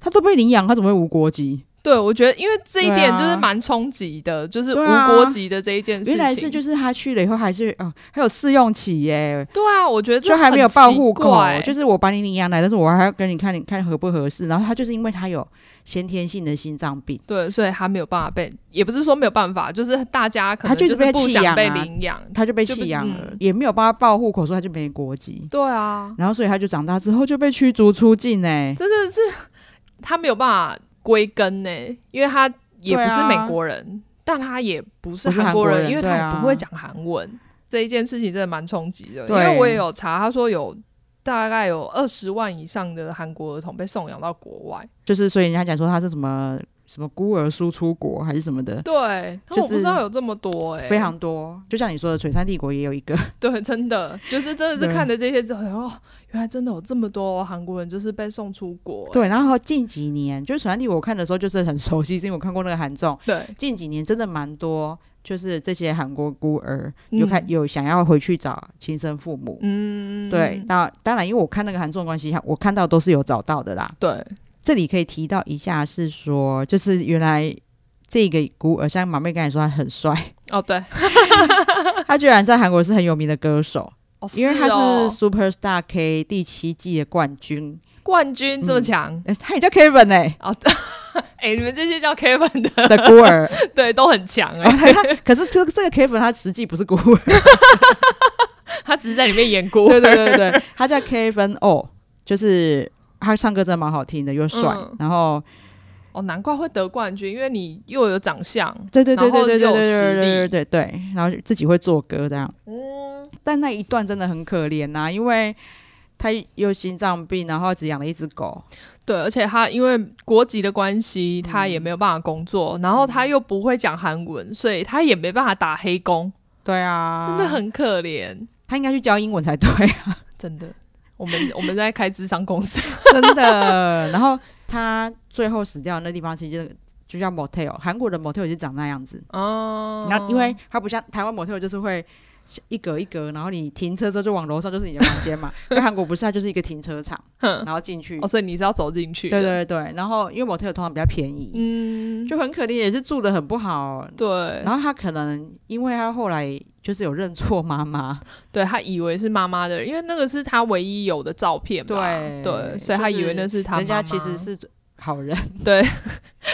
Speaker 1: 他都被领养，他怎么会无国籍？
Speaker 2: 对，我觉得因为这一
Speaker 1: 对
Speaker 2: 点
Speaker 1: 啊
Speaker 2: 就是蛮冲击的，就是
Speaker 1: 对啊
Speaker 2: 无国籍的这一件事情。
Speaker 1: 原来是就是他去了以后还是哦，还有试用期耶，
Speaker 2: 对啊，我觉得这
Speaker 1: 就还没有
Speaker 2: 很
Speaker 1: 报
Speaker 2: 奇
Speaker 1: 户口
Speaker 2: 怪，
Speaker 1: 就是我把你领养来，但是我还要跟你看你看合不合适。然后他就是因为他有先天性的心脏病，
Speaker 2: 对，所以他没有办法被，也不是说没有办法，就是大家可
Speaker 1: 他
Speaker 2: 能
Speaker 1: 就是
Speaker 2: 是
Speaker 1: 被
Speaker 2: 不
Speaker 1: 弃
Speaker 2: 想
Speaker 1: 养
Speaker 2: 被
Speaker 1: 啊
Speaker 2: 领养。
Speaker 1: 他就被
Speaker 2: 就不
Speaker 1: 弃养了，
Speaker 2: 嗯
Speaker 1: 也没有帮他报户口，所以他就没国籍。
Speaker 2: 对啊，
Speaker 1: 然后所以他就长大之后就被驱逐出境哎，
Speaker 2: 真的是他没有办法归根呢、因为他也不
Speaker 1: 对
Speaker 2: 是
Speaker 1: 啊
Speaker 2: 美国人，但他也不是
Speaker 1: 不是
Speaker 2: 韩
Speaker 1: 韩
Speaker 2: 国
Speaker 1: 国
Speaker 2: 人，
Speaker 1: 人
Speaker 2: 因为
Speaker 1: 对
Speaker 2: 他
Speaker 1: 啊
Speaker 2: 也不会讲韩文。这一件事情真的蛮冲击的，因
Speaker 1: 对
Speaker 2: 为我也有查，他说有大概有二十万以上的韩国儿童被送养到国外。
Speaker 1: 就是所以人家讲说他是什么什么孤儿输出国还是什么的，
Speaker 2: 对，但
Speaker 1: 就
Speaker 2: 我不知
Speaker 1: 是
Speaker 2: 道有这么多哎、
Speaker 1: 非常多。就像你说的，璀璨帝国也有一 个，
Speaker 2: 对，真的就是真的是
Speaker 1: 对
Speaker 2: 看着这些之后，哦，原来真的有这么多哦韩国人就是被送出国、欸
Speaker 1: 对。然后近几年，就是璀璨帝国，我看的时候就是很熟悉，是因为我看过那个韩综。
Speaker 2: 对，
Speaker 1: 近几年真的蛮多，就是这些韩国孤儿有开、
Speaker 2: 嗯
Speaker 1: 有想要回去找亲生父母。
Speaker 2: 嗯，
Speaker 1: 对，当当然，因为我看那个韩综的关系，我看到都是有找到的啦。
Speaker 2: 对，
Speaker 1: 这里可以提到一下，是说就是原来这个孤儿，像马妹刚才说他很帅，
Speaker 2: 哦对，
Speaker 1: 他居然在韩国是很有名的歌手，
Speaker 2: 哦
Speaker 1: 因为他
Speaker 2: 哦
Speaker 1: 是 Super Star K 第七季的冠军。
Speaker 2: 冠军这么
Speaker 1: 嗯
Speaker 2: 强，
Speaker 1: 诶他也叫 Kevin 哎、
Speaker 2: 哎、你们这些叫 Kevin 的，
Speaker 1: 的孤儿，
Speaker 2: 对，都很强哎、
Speaker 1: 然后他他可是这个这个 Kevin 他实际不是孤儿，
Speaker 2: 他只是在里面演 过，
Speaker 1: 对对对对，对，他叫 Kevin O，就是他唱歌真的蛮好听的，又帅，
Speaker 2: 嗯
Speaker 1: 然后
Speaker 2: 哦，难怪会得冠军，因为你又有长相，
Speaker 1: 对对对
Speaker 2: 然后
Speaker 1: 对对对
Speaker 2: 又有
Speaker 1: 对对
Speaker 2: 实力
Speaker 1: 对对对对，然后自己会做歌这样，
Speaker 2: 嗯，
Speaker 1: 但那一段真的很可怜呐、因为。他有心脏病，然后只养了一只狗，
Speaker 2: 对，而且他因为国籍的关系，他
Speaker 1: 嗯
Speaker 2: 也没有办法工作，然后他又不会讲韩文，所以他也没办法打黑工，
Speaker 1: 对啊，
Speaker 2: 真的，很可怜，
Speaker 1: 他应该去教英文才对 啊，
Speaker 2: 真的。我们我们在开智商 公司，
Speaker 1: 真的。然后他最后死掉的那地方，其实就是就叫 motel，韩国的 motel 就长那样子，
Speaker 2: 哦
Speaker 1: 那因为它不像台湾模特就是会一格一格，然后你停车之后就往楼上就是你的房间 嘛。因为韩国不是，它就是一个停车场，然后进去。
Speaker 2: 哦，所以你是要走进去，
Speaker 1: 对对，对对，然后因为模特通常比较便宜，
Speaker 2: 嗯，
Speaker 1: 就很可怜，也是住的很不好。
Speaker 2: 对，
Speaker 1: 然后他可能因为他后来就是有认错妈妈，
Speaker 2: 对他以为是妈妈的，因为那个是他唯一有的照片嘛，
Speaker 1: 对
Speaker 2: 对，所以他
Speaker 1: 就
Speaker 2: 以
Speaker 1: 是
Speaker 2: 为那是他妈
Speaker 1: 人家
Speaker 2: 妈，
Speaker 1: 其实是好人。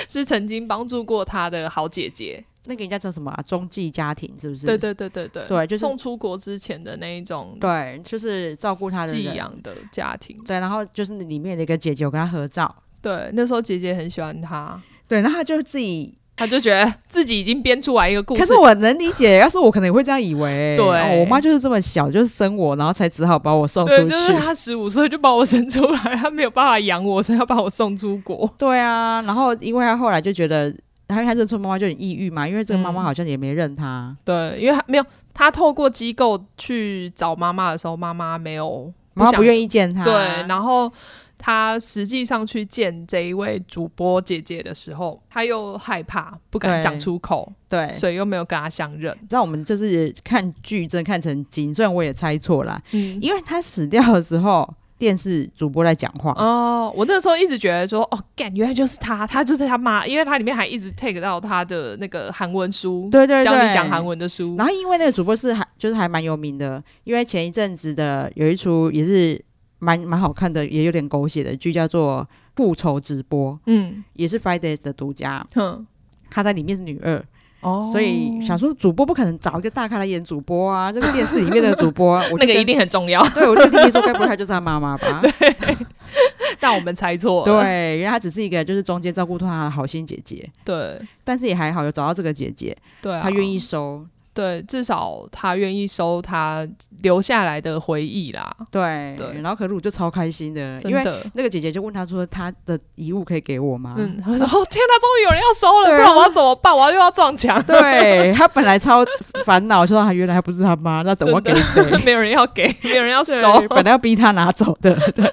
Speaker 2: 是曾经帮助过他的好姐姐，
Speaker 1: 那个人家叫什么啊？中继家庭是不是？
Speaker 2: 对对对对对，
Speaker 1: 对就是
Speaker 2: 送出国之前的那一种
Speaker 1: 对，就是照顾他的
Speaker 2: 寄
Speaker 1: 人。
Speaker 2: 养的家庭，
Speaker 1: 对，然后就是里面的一个姐姐，我跟她合照。
Speaker 2: 对，那时候姐姐很喜欢他，
Speaker 1: 对，然后他就自己
Speaker 2: 他就觉得自己已经编出来一个故事，
Speaker 1: 可是我能理 解，要是我可能也会这样以为。
Speaker 2: 对
Speaker 1: 哦我妈就是这么小，就是生我，然后才只好把我送出
Speaker 2: 对，
Speaker 1: 去。
Speaker 2: 就是他十五岁就把我生出来，他没有办法养我，所以要把我送出国。
Speaker 1: 对啊，然后因为她后来就觉得，她她认错妈妈就很抑郁嘛，因为这个妈妈
Speaker 2: 嗯
Speaker 1: 好像也没认她，
Speaker 2: 对，因为他没有他透过机构去找妈妈的时候，妈妈没有
Speaker 1: 妈妈
Speaker 2: 想
Speaker 1: 不愿意见她。
Speaker 2: 对，然后他实际上去见这一位主播姐姐的时候，他又害怕，不敢
Speaker 1: 对
Speaker 2: 讲出口，
Speaker 1: 对，
Speaker 2: 所以又没有跟他相认。
Speaker 1: 你知道我们就是看剧真的看成精，虽然我也猜错啦，
Speaker 2: 嗯，
Speaker 1: 因为她死掉的时候，电视主播在讲话。
Speaker 2: 哦，我那时候一直觉得说，哦，干，原来就是他，他就是他妈，因为他里面还一直 take 到他的那个韩文书，
Speaker 1: 对对对，
Speaker 2: 教你讲韩。文的书
Speaker 1: 然。后因为那个主播是还就是还蛮有名的，因为前一阵子的有一出也是蛮蛮好看的，也有点狗血的剧，叫做《复仇直播》，
Speaker 2: 嗯
Speaker 1: 也是 Fridays 的独家。
Speaker 2: 哼，
Speaker 1: 她在里面是女二，
Speaker 2: 哦
Speaker 1: 所以想说主播不可能找一个大咖来演主播啊，这个电视里面的主 播，我就
Speaker 2: 那个
Speaker 1: 跟
Speaker 2: 一定很重要，
Speaker 1: 对，我就跟你说，该不会她就是她妈妈 吧？
Speaker 2: 但我们猜错了。
Speaker 1: 对，原来她只是一个就是中间照顾她的好心姐姐，
Speaker 2: 对
Speaker 1: 但是也还好有找到这个姐姐，
Speaker 2: 对啊，
Speaker 1: 她愿意收，
Speaker 2: 对，至少他愿意收他留下来的回忆啦。
Speaker 1: 对，
Speaker 2: 对啊
Speaker 1: 然后可露就超开心的，
Speaker 2: 真
Speaker 1: 因为啊
Speaker 2: 的，
Speaker 1: 那个姐姐就问他说：“他的遗物可以给我吗？”
Speaker 2: 嗯，他说：“哦，天哪，终于有人要收了，
Speaker 1: 对啊
Speaker 2: 不然我要怎么办？我要又要撞 墙，
Speaker 1: 对他本来超烦恼，说他原来他不是他妈，那等我给 谁？
Speaker 2: 没有人要给，没有人要收。
Speaker 1: 对本来要逼他拿走的， 对，”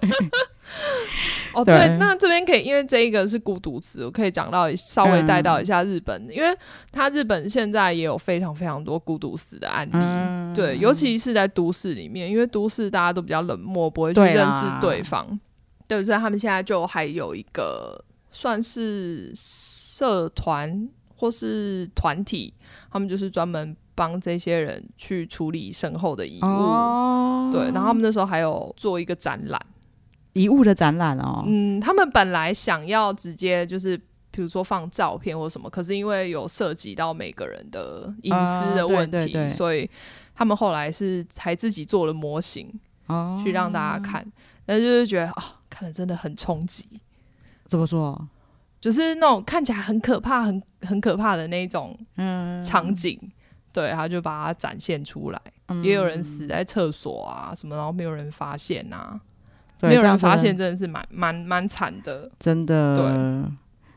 Speaker 2: 哦，对，
Speaker 1: 对
Speaker 2: 那这边可以，因为这一个是孤独子，我可以讲到稍微带到一下日本，因为他日本现在也有非常非常多孤独死的案例。
Speaker 1: 嗯，
Speaker 2: 对，尤其是在都市里面，因为都市大家都比较冷漠，不会去
Speaker 1: 对啊
Speaker 2: 认识
Speaker 1: 啦
Speaker 2: 对方。对，所以他们现在就还有一个算是社团或是团体，他们就是专门帮这些人去处理身后的遗物。
Speaker 1: 哦，
Speaker 2: 对，然后他们那时候还有做一个展览。
Speaker 1: 遗物的展览哦，
Speaker 2: 嗯，他们本来想要直接就是。比如说放照片或什么，可是因为有涉及到每个人的隐私
Speaker 1: 啊
Speaker 2: 的问题，
Speaker 1: 对对对
Speaker 2: 所以他们后来是还自己做了模型
Speaker 1: 哦，
Speaker 2: 去让大家看，但是就是觉得啊、看了真的很冲击，
Speaker 1: 怎么说？
Speaker 2: 就是那种看起来很可怕、很很可怕的那一种
Speaker 1: 嗯，
Speaker 2: 场景，对，他就把它展现出来。
Speaker 1: 嗯
Speaker 2: 也有人死在厕所啊什么，然后没有人发现啊，
Speaker 1: 对
Speaker 2: 没有
Speaker 1: 这
Speaker 2: 人
Speaker 1: 样
Speaker 2: 发
Speaker 1: 真的
Speaker 2: 现真的是蛮蛮蛮惨的。
Speaker 1: 真的，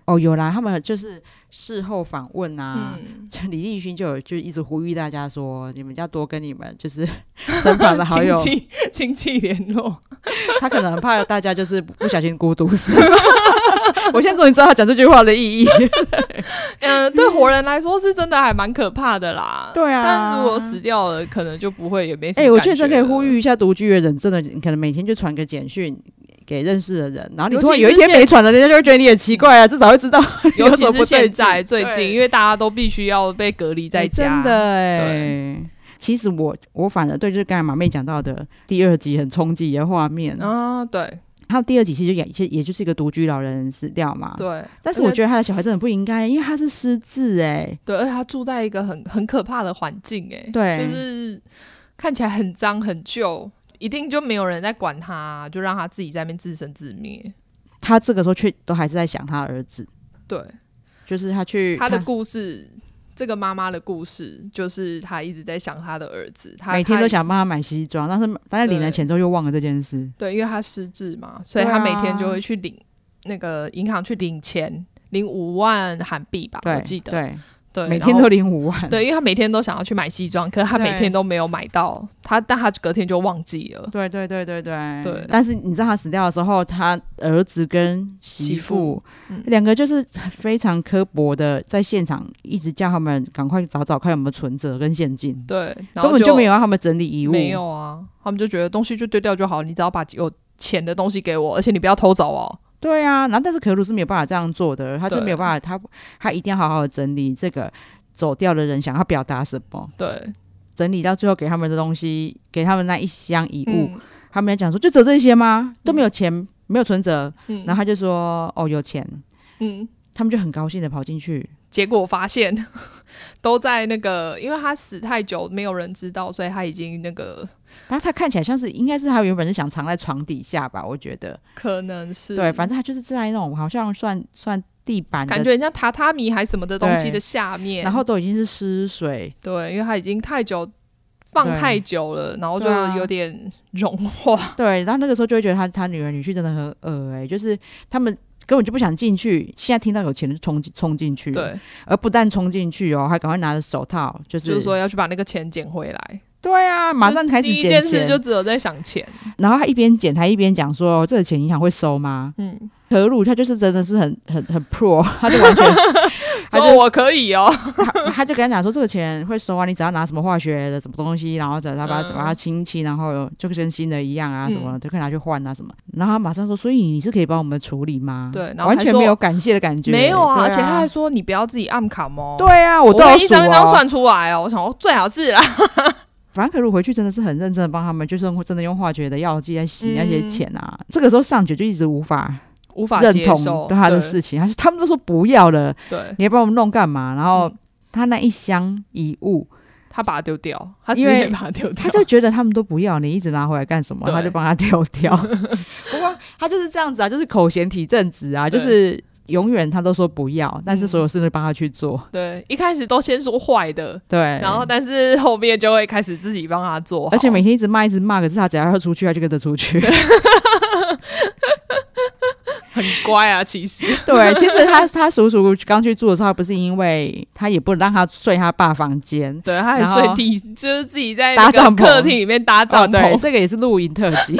Speaker 1: 哦，有啦，他们就是事后访问啊。
Speaker 2: 嗯，
Speaker 1: 就李立勋就有就一直呼吁大家说，你们要多跟你们就是 身旁的好友，
Speaker 2: 亲戚 亲戚联络，
Speaker 1: 他可能很怕大家就是不小心孤独死。 我现在终于知道他讲这句话的意义。
Speaker 2: 嗯，对活人来说是真的还蛮可怕的啦。
Speaker 1: 对啊
Speaker 2: 但如果死掉了，可能就不会也没什
Speaker 1: 哎、
Speaker 2: 么。
Speaker 1: 我觉得这可以呼，吁一下独居的人，真的你可能每天就传个简讯给认识的人，然后你
Speaker 2: 尤
Speaker 1: 突然
Speaker 2: 其
Speaker 1: 有一
Speaker 2: 是
Speaker 1: 天
Speaker 2: 现
Speaker 1: 没传了，人家就会觉得你很奇怪啊，至少会知道有
Speaker 2: 尤
Speaker 1: 什么
Speaker 2: 其
Speaker 1: 不对
Speaker 2: 是现
Speaker 1: 劲
Speaker 2: 在最近，
Speaker 1: 对
Speaker 2: 因为大家都必须要被隔离在
Speaker 1: 真
Speaker 2: 家。
Speaker 1: 的哎、
Speaker 2: 对
Speaker 1: 其实我我反而对就是刚才马妹讲到的第二集很冲击的画面，
Speaker 2: 啊，对
Speaker 1: 还有第二集其实也其实也就是一个独居老人死掉嘛。
Speaker 2: 对，
Speaker 1: 但是我
Speaker 2: 而且
Speaker 1: 觉得他的小孩真的不应该，因为他是失智哎、
Speaker 2: 对，而且他住在一个很很可怕的环境、欸，
Speaker 1: 对
Speaker 2: 就是看起来很脏很旧，一定就没有人在管他，就让他自己在那边自生自灭。
Speaker 1: 他这个时候却都还是在想他儿子，
Speaker 2: 对，
Speaker 1: 就是他去
Speaker 2: 他的故事，这个妈妈的故事，就是他一直在想他的儿子，他
Speaker 1: 每天
Speaker 2: 他
Speaker 1: 都想帮他买西装，但是但是领了
Speaker 2: 对
Speaker 1: 钱之后又忘了这件事。
Speaker 2: 对，因为他失智嘛，所以
Speaker 1: 对
Speaker 2: 他
Speaker 1: 啊
Speaker 2: 每天就会去领、那个银行去领钱，领五万韩币吧，
Speaker 1: 对，
Speaker 2: 啊我记得，
Speaker 1: 对，
Speaker 2: 对，
Speaker 1: 每
Speaker 2: 然
Speaker 1: 天
Speaker 2: 后
Speaker 1: 都领五万。
Speaker 2: 对，因为他每天都想要去买西装，可是他每
Speaker 1: 对
Speaker 2: 天都没有买到，他但他隔天就忘记了。
Speaker 1: 对对对对对
Speaker 2: 对
Speaker 1: 但是你知道他死掉的时候，他儿子跟媳
Speaker 2: 媳
Speaker 1: 妇
Speaker 2: 妇嗯
Speaker 1: 两、个就是非常刻薄的，在现场一直叫他们赶快找找看有没有存折跟现金，
Speaker 2: 对，然
Speaker 1: 根
Speaker 2: 后
Speaker 1: 本就没有让他们整理遗物。
Speaker 2: 没有啊，他们就觉得东西就丢掉就好，你只要把有钱的东西给我，而且你不要偷走哦。
Speaker 1: 对啊，然后但是可鲁是没有办法这样做的，他就
Speaker 2: 对
Speaker 1: 没有办法，他他一定要好好的整理这个走掉的人想要表达什么，
Speaker 2: 对，
Speaker 1: 整理到最后给他们的东西，给他们那一箱遗物，
Speaker 2: 嗯
Speaker 1: 他们讲说就只有这些吗？都没有钱，没有存折，
Speaker 2: 嗯
Speaker 1: 然后他就说哦有钱，
Speaker 2: 嗯，
Speaker 1: 他们就很高兴的跑进去，
Speaker 2: 结果发现 都在那个，因为他死太久，没有人知道，所以他已经那个
Speaker 1: 然后他看起来像是应该是他原本是想藏在床底下吧，我觉得，
Speaker 2: 可能是
Speaker 1: 对，反正他就是在那种好像算算地板
Speaker 2: 感
Speaker 1: 的，
Speaker 2: 觉很像榻榻米还什么的东西
Speaker 1: 对
Speaker 2: 的下面，
Speaker 1: 然后都已经是湿水，
Speaker 2: 对，因为他已经太久。放
Speaker 1: 对
Speaker 2: 太久了，然后就
Speaker 1: 对啊
Speaker 2: 有点融化。
Speaker 1: 对，然后那个时候就会觉得他他女儿女婿真的很恶哎、就是他们根本就不想进去，现在听到有钱人就冲进冲进去，，
Speaker 2: 对，
Speaker 1: 而不但冲进去哦，还赶快拿着手套，就是
Speaker 2: 就是说要去把那个钱捡回来。
Speaker 1: 对啊，马上开始
Speaker 2: 第一
Speaker 1: 捡
Speaker 2: 件事
Speaker 1: 钱，
Speaker 2: 就只有在想钱。
Speaker 1: 然后他一边捡还一边讲说这个钱银行会收吗？
Speaker 2: 嗯，
Speaker 1: 何鲁他就是真的是很很很 pro，他就完全他
Speaker 2: 说
Speaker 1: 就
Speaker 2: 我可以哦，
Speaker 1: 他他就跟他讲说，这个钱会收啊，你只要拿什么化学的什么东西，然后再把它
Speaker 2: 嗯
Speaker 1: 把它清一清，然后就跟新的一样啊，什么的就可以拿去换啊什么。然后他马上说，所以你是可以帮我们处理吗？
Speaker 2: 对然后
Speaker 1: 完
Speaker 2: 还
Speaker 1: 全
Speaker 2: 说
Speaker 1: 没有感谢的感觉，
Speaker 2: 没有啊，
Speaker 1: 对啊，
Speaker 2: 而且他还说你不要自己暗砍哦。，
Speaker 1: 对啊，
Speaker 2: 我
Speaker 1: 都要
Speaker 2: 会一张一
Speaker 1: 数哦
Speaker 2: 张。算出来哦。我想说最好是啦，
Speaker 1: 反正可鲁回去真的是很认真的帮他们，就是用真的用化学的药剂在洗
Speaker 2: 嗯
Speaker 1: 那些钱啊。这个时候上九就一直无法
Speaker 2: 无法
Speaker 1: 认
Speaker 2: 接受
Speaker 1: 同他的事情，他是他们都说不要了，
Speaker 2: 对，对
Speaker 1: 你还帮我们弄干嘛？然后
Speaker 2: 嗯
Speaker 1: 他那一箱遗物，
Speaker 2: 他把它丢掉，他直
Speaker 1: 因为
Speaker 2: 接把它丢掉
Speaker 1: 他。就觉得他们都不要，你一直拿回来干什么？
Speaker 2: 对
Speaker 1: 他就帮他丢 掉。不过他就是这样子啊，就是口嫌体正直啊，就
Speaker 2: 对
Speaker 1: 是永远他都说不要，
Speaker 2: 嗯
Speaker 1: 但是所有事都帮他去做。
Speaker 2: 对，一开始都先说坏的，
Speaker 1: 对，
Speaker 2: 然后但是后面就会开始自己帮他做好，
Speaker 1: 而且每天一直骂一直骂，可是他只要要出去，他就跟着出去。
Speaker 2: 很乖啊，其实
Speaker 1: 对，其实他他叔叔刚去住的时候，他不是因为他也不让他睡他爸房 间。
Speaker 2: 对，他还
Speaker 1: 然后
Speaker 2: 睡地，就是自己在那
Speaker 1: 搭
Speaker 2: 个
Speaker 1: 帐篷
Speaker 2: 客厅里面搭
Speaker 1: 哦，
Speaker 2: 帐
Speaker 1: 对，
Speaker 2: 篷，
Speaker 1: 这个也是露营特辑。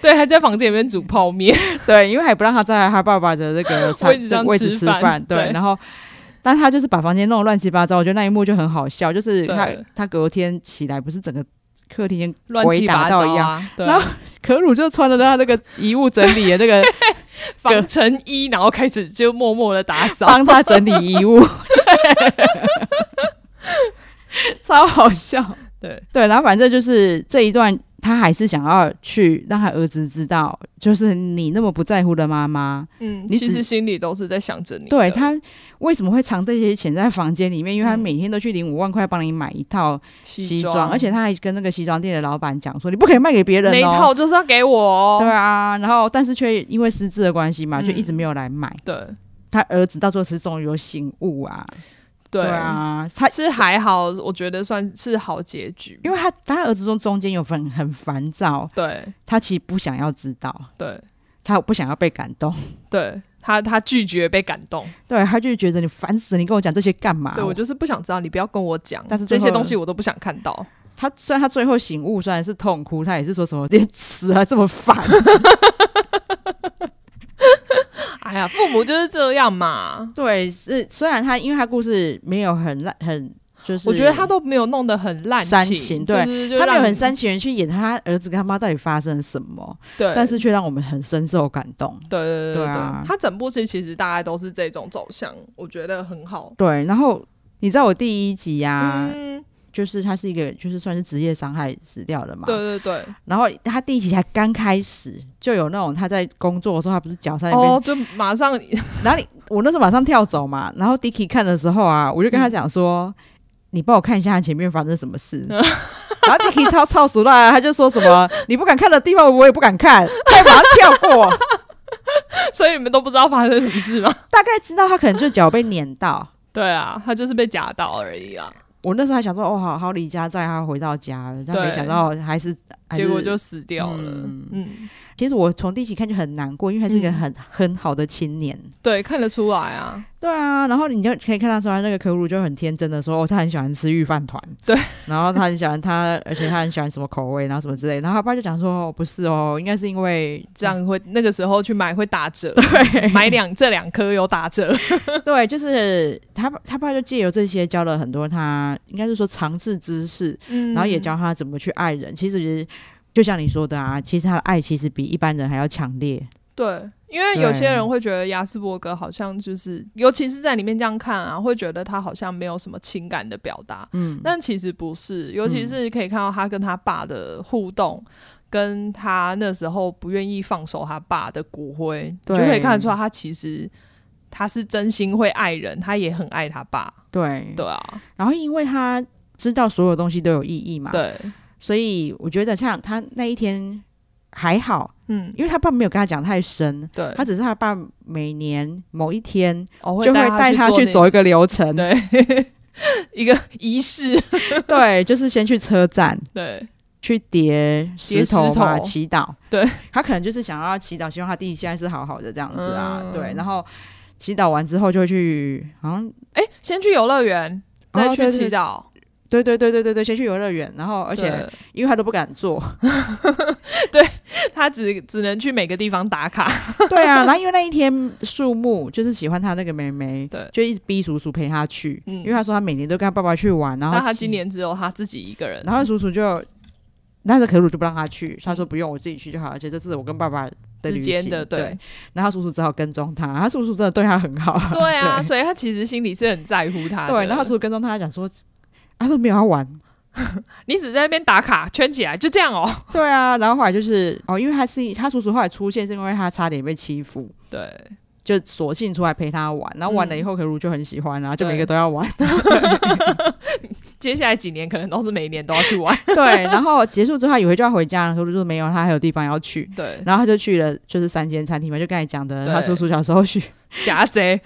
Speaker 2: 对，还在房间里面煮 泡面，
Speaker 1: 对，因为还不让他在他爸爸的那个餐
Speaker 2: 位置上
Speaker 1: 位置
Speaker 2: 吃
Speaker 1: 吃
Speaker 2: 饭
Speaker 1: 饭，对，
Speaker 2: 对
Speaker 1: 然后。但他就是把房间弄得乱七八糟，我觉得那一幕就很好笑。就是他
Speaker 2: 对
Speaker 1: 他隔天起来，不是整个客厅
Speaker 2: 乱七
Speaker 1: 鬼打
Speaker 2: 八糟
Speaker 1: 到一
Speaker 2: 啊，对
Speaker 1: 然后可鲁就穿着他那个遗物整理的那个
Speaker 2: 防尘衣，然后开始就默默的打 扫。
Speaker 1: 帮他整理遗 物，对超好笑。
Speaker 2: 对，
Speaker 1: 对，然后反正就是这一段，他还是想要去让他儿子知道，就是你那么不在乎的妈妈，
Speaker 2: 嗯，
Speaker 1: 你
Speaker 2: 其
Speaker 1: 只
Speaker 2: 实心里都是在想着你的。
Speaker 1: 对他为什么会藏这些钱在房间里面？因为他
Speaker 2: 嗯
Speaker 1: 每天都去领五万块帮你买一套
Speaker 2: 西
Speaker 1: 西装，而且他还跟那个西装店的老板讲说，你不可以卖给别人
Speaker 2: 那一
Speaker 1: 哦。
Speaker 2: 套就是要给我
Speaker 1: 对
Speaker 2: 哦。
Speaker 1: 啊，然后但是却因为失智的关系嘛，
Speaker 2: 嗯
Speaker 1: 就一直没有来买。
Speaker 2: 对
Speaker 1: 他儿子到最后是终于有醒悟啊，
Speaker 2: 对，
Speaker 1: 啊，他
Speaker 2: 是还好，我觉得算是好结局。
Speaker 1: 因为他他儿子中中间有份很烦躁，
Speaker 2: 对
Speaker 1: 他其实不想要知道，
Speaker 2: 对
Speaker 1: 他不想要被感动，
Speaker 2: 对，他他拒绝被感动。
Speaker 1: 对，他就觉得你烦死了，啊你跟我讲这些干嘛？
Speaker 2: 对我就是不想知道，你不要跟我讲，
Speaker 1: 但是最
Speaker 2: 这
Speaker 1: 后
Speaker 2: 些东西我都不想看到。
Speaker 1: 他虽然他最后醒悟，虽然是痛哭，他也是说什么连死还这么烦，
Speaker 2: 哎呀，父母就是这样嘛。
Speaker 1: 对，是虽然他因为他故事没有很烂，很就是
Speaker 2: 我觉得他都没有弄得很滥
Speaker 1: 煽
Speaker 2: 情，
Speaker 1: 情对
Speaker 2: 就是就
Speaker 1: 他没有
Speaker 2: 让
Speaker 1: 很
Speaker 2: 你
Speaker 1: 煽情人去演他儿子跟他妈到底发生了什么，
Speaker 2: 对，
Speaker 1: 但是却让我们很深受感动。
Speaker 2: 对对
Speaker 1: 对啊
Speaker 2: 他整部戏其实大概都是这种走向，我觉得很好。
Speaker 1: 对，然后你知道我第一集啊，
Speaker 2: 嗯，
Speaker 1: 就是他是一个就是算是职业伤害死掉了嘛，
Speaker 2: 对对对，
Speaker 1: 然后他第一集才刚开始，就有那种他在工作的时候，他不是脚在那边，
Speaker 2: 哦，就马上
Speaker 1: 然后你我那时候马上跳走嘛，然后 Dicky 看的时候啊，我就跟他讲
Speaker 2: 嗯
Speaker 1: 说，你帮我看一下他前面发生什么 事。然后 Dicky 超超熟了，他就说什么 你不敢看的地方，我也不敢看， 他也马上跳 过，
Speaker 2: 所以你们都不知道发生什么事吗？
Speaker 1: 大概知道他可能就脚被碾到。
Speaker 2: 对啊，他就是被夹到而已啦，
Speaker 1: 我那时候还想说，哦，好好离家再他回到家了，但
Speaker 2: 对
Speaker 1: 没想到还是还是
Speaker 2: 结果就死掉了。
Speaker 1: 嗯
Speaker 2: 嗯
Speaker 1: 其实我从第一集看就很难过，因为他是一个
Speaker 2: 嗯
Speaker 1: 很、很好的青年。
Speaker 2: 对，看得出来啊，
Speaker 1: 对啊，然后你就可以看到说，那个可鲁就很天真的说，哦，他很喜欢吃御饭团，
Speaker 2: 对，
Speaker 1: 然后他很喜欢他，而且他很喜欢什么口味，然后什么之类，然后他爸就讲说，哦不是哦，应该是因为
Speaker 2: 这样会那个时候去买会打折，
Speaker 1: 对
Speaker 2: 买两这两颗有打折。
Speaker 1: 对，就是他爸他爸就借由这些教了很多他，应该是说尝试知识，
Speaker 2: 嗯
Speaker 1: 然后也教他怎么去爱人。其实就像你说的啊，其实他的爱其实比一般人还要强烈，
Speaker 2: 对，因为有些人会觉得亚斯伯格好像就是，尤其是在里面这样看啊，会觉得他好像没有什么情感的表达，
Speaker 1: 嗯，
Speaker 2: 但其实不是，尤其是可以看到他跟他爸的互动，跟他那时候不愿意放手他爸的骨灰，你
Speaker 1: 对
Speaker 2: 就可以看得出来，他其实他是真心会爱人，他也很爱他爸。
Speaker 1: 对
Speaker 2: 对啊，
Speaker 1: 然后因为他知道所有东西都有意义嘛，
Speaker 2: 对，
Speaker 1: 所以我觉得像他那一天还好，
Speaker 2: 嗯，
Speaker 1: 因为他爸没有跟他讲太深，
Speaker 2: 对，
Speaker 1: 他只是他爸每年某一天
Speaker 2: 哦
Speaker 1: 就会带他去走一个流程
Speaker 2: 做那，对一个仪式，
Speaker 1: 对，就是先去车站
Speaker 2: 对
Speaker 1: 去叠石头嘛，
Speaker 2: 叠石头
Speaker 1: 祈祷，
Speaker 2: 对
Speaker 1: 他可能就是想要祈祷，希望他弟弟现在是好好的这样子啊，
Speaker 2: 嗯
Speaker 1: 对，然后祈祷完之后就会去，好像
Speaker 2: 哎、先去游乐园，再
Speaker 1: 哦
Speaker 2: 去
Speaker 1: 对
Speaker 2: 祈
Speaker 1: 对
Speaker 2: 祷，
Speaker 1: 对对对对对对，先去游乐园，然后而且因为他都不敢 做，
Speaker 2: 对他只只能去每个地方打卡，
Speaker 1: 对啊，然后因为那一天树木就是喜欢他那个妹妹，
Speaker 2: 对
Speaker 1: 就一直逼叔叔陪他去，
Speaker 2: 嗯
Speaker 1: 因为他说他每年都跟他爸爸去玩，然后
Speaker 2: 但他
Speaker 1: 其
Speaker 2: 今，年只有他自己一个人，
Speaker 1: 然后叔叔就，但是可鲁就不让他去，他说不用，我自己去就好，而且这次我跟爸爸的旅
Speaker 2: 之
Speaker 1: 行
Speaker 2: 间的
Speaker 1: 对，
Speaker 2: 对
Speaker 1: 然后他叔叔只好跟踪他，他叔叔真的对他很好，
Speaker 2: 对啊，
Speaker 1: 对
Speaker 2: 所以他其实心里是很在乎他的。
Speaker 1: 对，然后他叔叔跟踪他，他讲说。他说没有要 玩，
Speaker 2: 你只在那边打卡圈起来，就这样哦。
Speaker 1: 对啊，然后后来就是哦，因为他是他叔叔后来出现是因为他差点被欺负，
Speaker 2: 对，
Speaker 1: 就索性出来陪他玩，然后玩了以后，可鲁就很喜欢啊，就每
Speaker 2: 嗯对
Speaker 1: 个都要 玩，
Speaker 2: 接下来几年可能都是每一年都要去玩。
Speaker 1: 对，然后结束之后，他以为就要回家了，可是就没有，他还有地方要去，
Speaker 2: 对，
Speaker 1: 然后他就去了，就是三间餐厅嘛，就刚才讲的，
Speaker 2: 对
Speaker 1: 他叔叔小时候去，
Speaker 2: 夹贼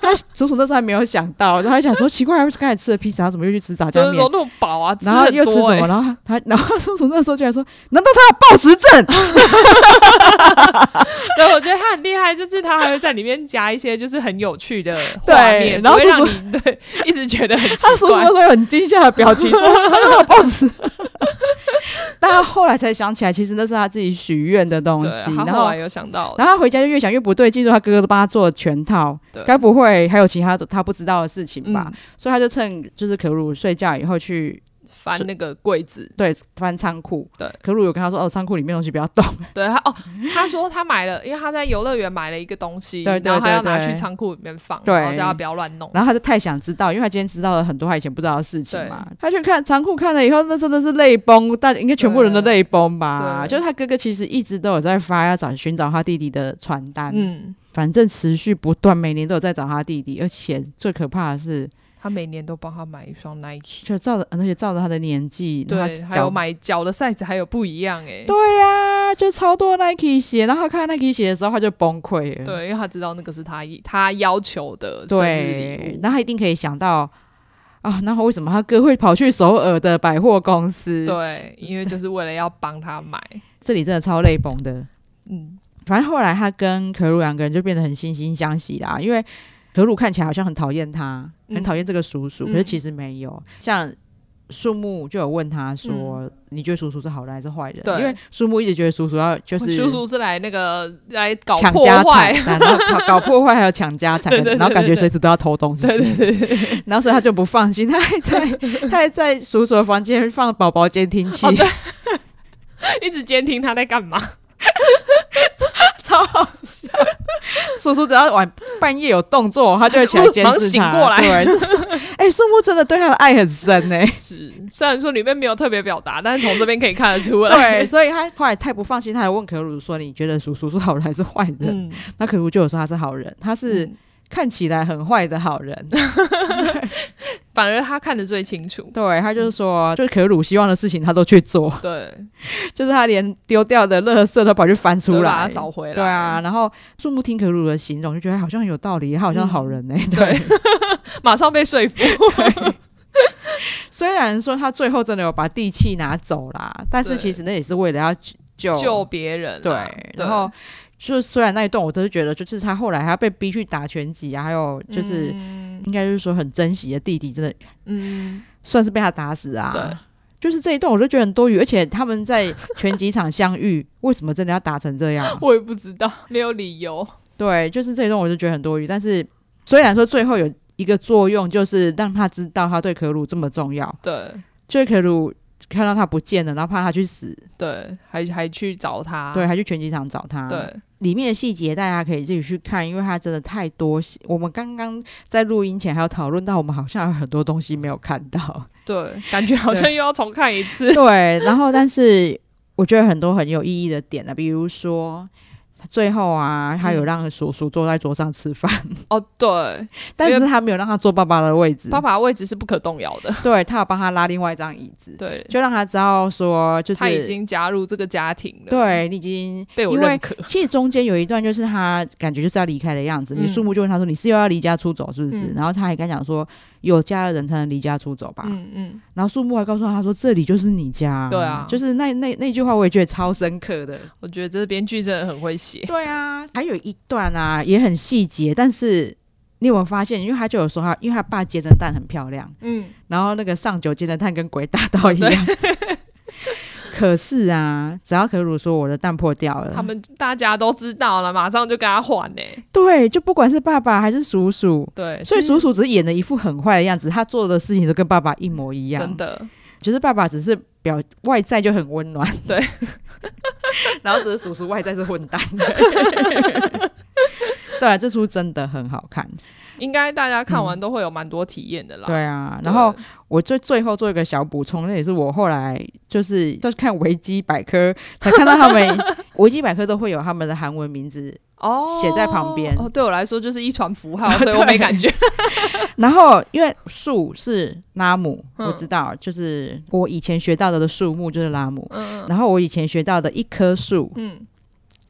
Speaker 1: 他叔叔那时候还没有想到，然后他想说奇怪，刚才吃了披萨，他怎么又去吃炸
Speaker 2: 就
Speaker 1: 酱
Speaker 2: 是说
Speaker 1: 面？
Speaker 2: 那么饱啊，
Speaker 1: 然后
Speaker 2: 很
Speaker 1: 又吃
Speaker 2: 多
Speaker 1: 什么？
Speaker 2: 欸
Speaker 1: 然后他，然后叔叔那时候居然说：“难道他有暴食症
Speaker 2: 对，我觉得他很厉害，就是他还会在里面加一些就是很有趣的
Speaker 1: 对
Speaker 2: 画面，
Speaker 1: 然后
Speaker 2: 不会
Speaker 1: 就
Speaker 2: 让你对一直觉得很？” 奇
Speaker 1: 他叔叔
Speaker 2: 怪
Speaker 1: 那。时候很惊吓的表情，说：“他有暴食。” 但他后来才想起来，其实那是他自己许愿的东
Speaker 2: 对，
Speaker 1: 西。
Speaker 2: 他
Speaker 1: 然
Speaker 2: 后
Speaker 1: 后，
Speaker 2: 来有想到，
Speaker 1: 然后他回家就越想越不对劲，说他哥哥都帮他做了全套，
Speaker 2: 对
Speaker 1: 该不会还有其他的他不知道的事情吧？
Speaker 2: 嗯，
Speaker 1: 所以他就趁就是可鲁睡觉以后去
Speaker 2: 翻那个柜子，
Speaker 1: 对，翻仓库。
Speaker 2: 对，
Speaker 1: 可露有跟他说，哦，仓库里面东西不要动。
Speaker 2: 对他哦，他说他买了，因为他在游乐园买了一个东西，
Speaker 1: 对对
Speaker 2: 然后他要拿
Speaker 1: 对对
Speaker 2: 去仓库里面放，
Speaker 1: 对
Speaker 2: 然后叫他不要乱弄。
Speaker 1: 然后他就太想知道，因为他今天知道了很多他以前不知道的事情
Speaker 2: 对
Speaker 1: 嘛。他去看仓库看了以后，那真的是泪崩，大应该全部人都
Speaker 2: 对
Speaker 1: 泪崩吧。
Speaker 2: 对
Speaker 1: 就是他哥哥其实一直都有在发要找寻找他弟弟的传单，
Speaker 2: 嗯，
Speaker 1: 反正持续不断，每年都有在找他弟弟。而且最可怕的是，
Speaker 2: 他每年都帮他买一双 Nike，
Speaker 1: 就照着而且照着他的年纪，然后
Speaker 2: 对，
Speaker 1: 他
Speaker 2: 还有
Speaker 1: 脚
Speaker 2: 买脚的 size 还有不一样哎、
Speaker 1: 对呀、就超多 Nike 鞋，然后他看到 Nike 鞋的时候，他就崩溃了。
Speaker 2: 对，因为他知道那个是他他要求的生日礼
Speaker 1: 对
Speaker 2: 物，，
Speaker 1: 那他一定可以想到啊，然后为什么他哥会跑去首尔的百货公司？，
Speaker 2: 对，因为就是为了要帮他买，
Speaker 1: 这里真的超泪崩的。
Speaker 2: 嗯，
Speaker 1: 反正后来他跟可鲁两个人就变得很惺惺相惜啦，因为可鲁看起来好像很讨厌他，
Speaker 2: 嗯
Speaker 1: 很讨厌这个叔叔，
Speaker 2: 嗯
Speaker 1: 可是其实没有。像树木就有问他说：“你觉得叔叔是好人还是坏人？”
Speaker 2: 嗯对
Speaker 1: 因为树木一直觉得叔叔要就是
Speaker 2: 叔叔是来那个来搞
Speaker 1: 抢
Speaker 2: 破
Speaker 1: 家
Speaker 2: 坏
Speaker 1: 产，，然后搞搞破坏还有抢家 产，然后感觉随时都要偷东西，然后所以他就不放心，他还在他还在叔叔的房间放宝宝监听
Speaker 2: 哦
Speaker 1: 器，
Speaker 2: 一直监听他在干嘛。
Speaker 1: 超好笑。叔叔只要晚半夜有动作，他就会起 来监
Speaker 2: 忙
Speaker 1: 视
Speaker 2: 醒
Speaker 1: 他。
Speaker 2: 过来
Speaker 1: 对，是说哎、树木真的对他的爱很深哎 呢、
Speaker 2: 是，虽然说里面没有特别表达，但是从这边可以看得出来。
Speaker 1: 对，， 所以他后来太不放心，他还问可鲁说：“你觉得叔叔是好人还是坏人？”
Speaker 2: 嗯，
Speaker 1: 那可鲁就有说他是好人，他是
Speaker 2: 嗯
Speaker 1: 看起来很坏的好 人。
Speaker 2: 反而他看得最清楚。
Speaker 1: 对，他就是说，就是可鲁希望的事情他都去做，
Speaker 2: 对，
Speaker 1: 就是他连丢掉的垃圾都跑去翻出
Speaker 2: 都
Speaker 1: 来
Speaker 2: 把他。找回来。
Speaker 1: 对啊，，然后树木听可鲁的形容，就觉得好像有道理，他好像好人呢、对，
Speaker 2: 对， 马上被说服。
Speaker 1: 虽然说他最后真的有把地契拿走啦，但是
Speaker 2: 对
Speaker 1: 其实那也是为了要救
Speaker 2: 救别人啊
Speaker 1: 对
Speaker 2: 啦、，
Speaker 1: 然后就是虽然那一段我都是觉得，就是他后来还要被逼去打拳击啊，还有就
Speaker 2: 对
Speaker 1: 是、
Speaker 2: 嗯
Speaker 1: 应该就是说很珍惜的弟弟，真的
Speaker 2: 嗯
Speaker 1: 算是被他打死啊。
Speaker 2: 对。
Speaker 1: 就是这一段我就觉得很多余，而且他们在拳击场相遇，为什么真的要打成这样？
Speaker 2: 我也不知道，没有理由。
Speaker 1: 对，就是这一段我就觉得很多余。但是虽然说最后有一个作用，就是让他知道他对可鲁这么重要，
Speaker 2: 对
Speaker 1: 就是可鲁看到他不见了，然后怕他去死，
Speaker 2: 对，还还去找他。
Speaker 1: 对，还啊去拳击场找他。，
Speaker 2: 对
Speaker 1: 里面的细节大家可以自己去看，因为他真的太多细。我们刚刚在录音前还有讨论到，我们好像有很多东西没有看到。
Speaker 2: 对，感觉好像又要重看一次。
Speaker 1: 对，然后但是我觉得很多很有意义的点啊呢，比如说。最后啊，他
Speaker 2: 嗯
Speaker 1: 有让叔叔坐在桌上吃饭，
Speaker 2: 哦，对，
Speaker 1: 但是他没有让他坐爸爸的位置。
Speaker 2: 爸爸的位置是不可动摇的。
Speaker 1: 对他有帮他拉另外一张椅子，
Speaker 2: 对，
Speaker 1: 就让他知道说，就是
Speaker 2: 他已经加入这个家庭了。，嗯
Speaker 1: 对你已经
Speaker 2: 被我
Speaker 1: 因为
Speaker 2: 认 可。
Speaker 1: 其实中间有一段就是他感觉就是要离开的样子，
Speaker 2: 嗯
Speaker 1: 你树木就问他说：“你是又要离家出走是不是？”
Speaker 2: 嗯
Speaker 1: 然后他还跟他讲说：“有家的人才能离家出走吧。
Speaker 2: 嗯嗯，
Speaker 1: 然后树木还告诉他说：“这里就是你家。”
Speaker 2: 对啊
Speaker 1: 就是那那那句话我也觉得超深刻的。
Speaker 2: 我觉得这编剧真的很会写。
Speaker 1: 对啊， 还有一段啊也很细节，但是你有没有发现？因为他就有说他，因为他爸煎的蛋很漂亮，
Speaker 2: 嗯，
Speaker 1: 然后那个上九煎的蛋跟鬼打到一样。
Speaker 2: 哦
Speaker 1: 可是啊，只要可鲁说我的蛋破掉了，
Speaker 2: 他们大家都知道了，马上就跟他换呢、
Speaker 1: 对，就不管是爸爸还是叔叔，
Speaker 2: 对，
Speaker 1: 所以
Speaker 2: 是
Speaker 1: 叔叔只是演了一副很坏的样子，他做的事情都跟爸爸一模一样，
Speaker 2: 真，的
Speaker 1: 就是爸爸只是表外在就很温暖，
Speaker 2: 对，
Speaker 1: 然后只是叔叔外在是 混蛋的。对啊，这出真的很好看。
Speaker 2: 应该大家看完都会有蛮多体验的啦。
Speaker 1: 嗯对啊，
Speaker 2: 对，
Speaker 1: 然后我最最后做一个小补充，那也是我后来就是就是看维基百科才看到他 们维基百科都会有他们的韩文名字，
Speaker 2: 哦
Speaker 1: 写在旁边
Speaker 2: 哦，对我来说就是一团符 号，所以我没感觉。
Speaker 1: 然后因为树是拉姆，
Speaker 2: 嗯
Speaker 1: 我知道，就是我以前学到的树木就是拉姆，
Speaker 2: 嗯
Speaker 1: 然后我以前学到的一棵树
Speaker 2: 嗯，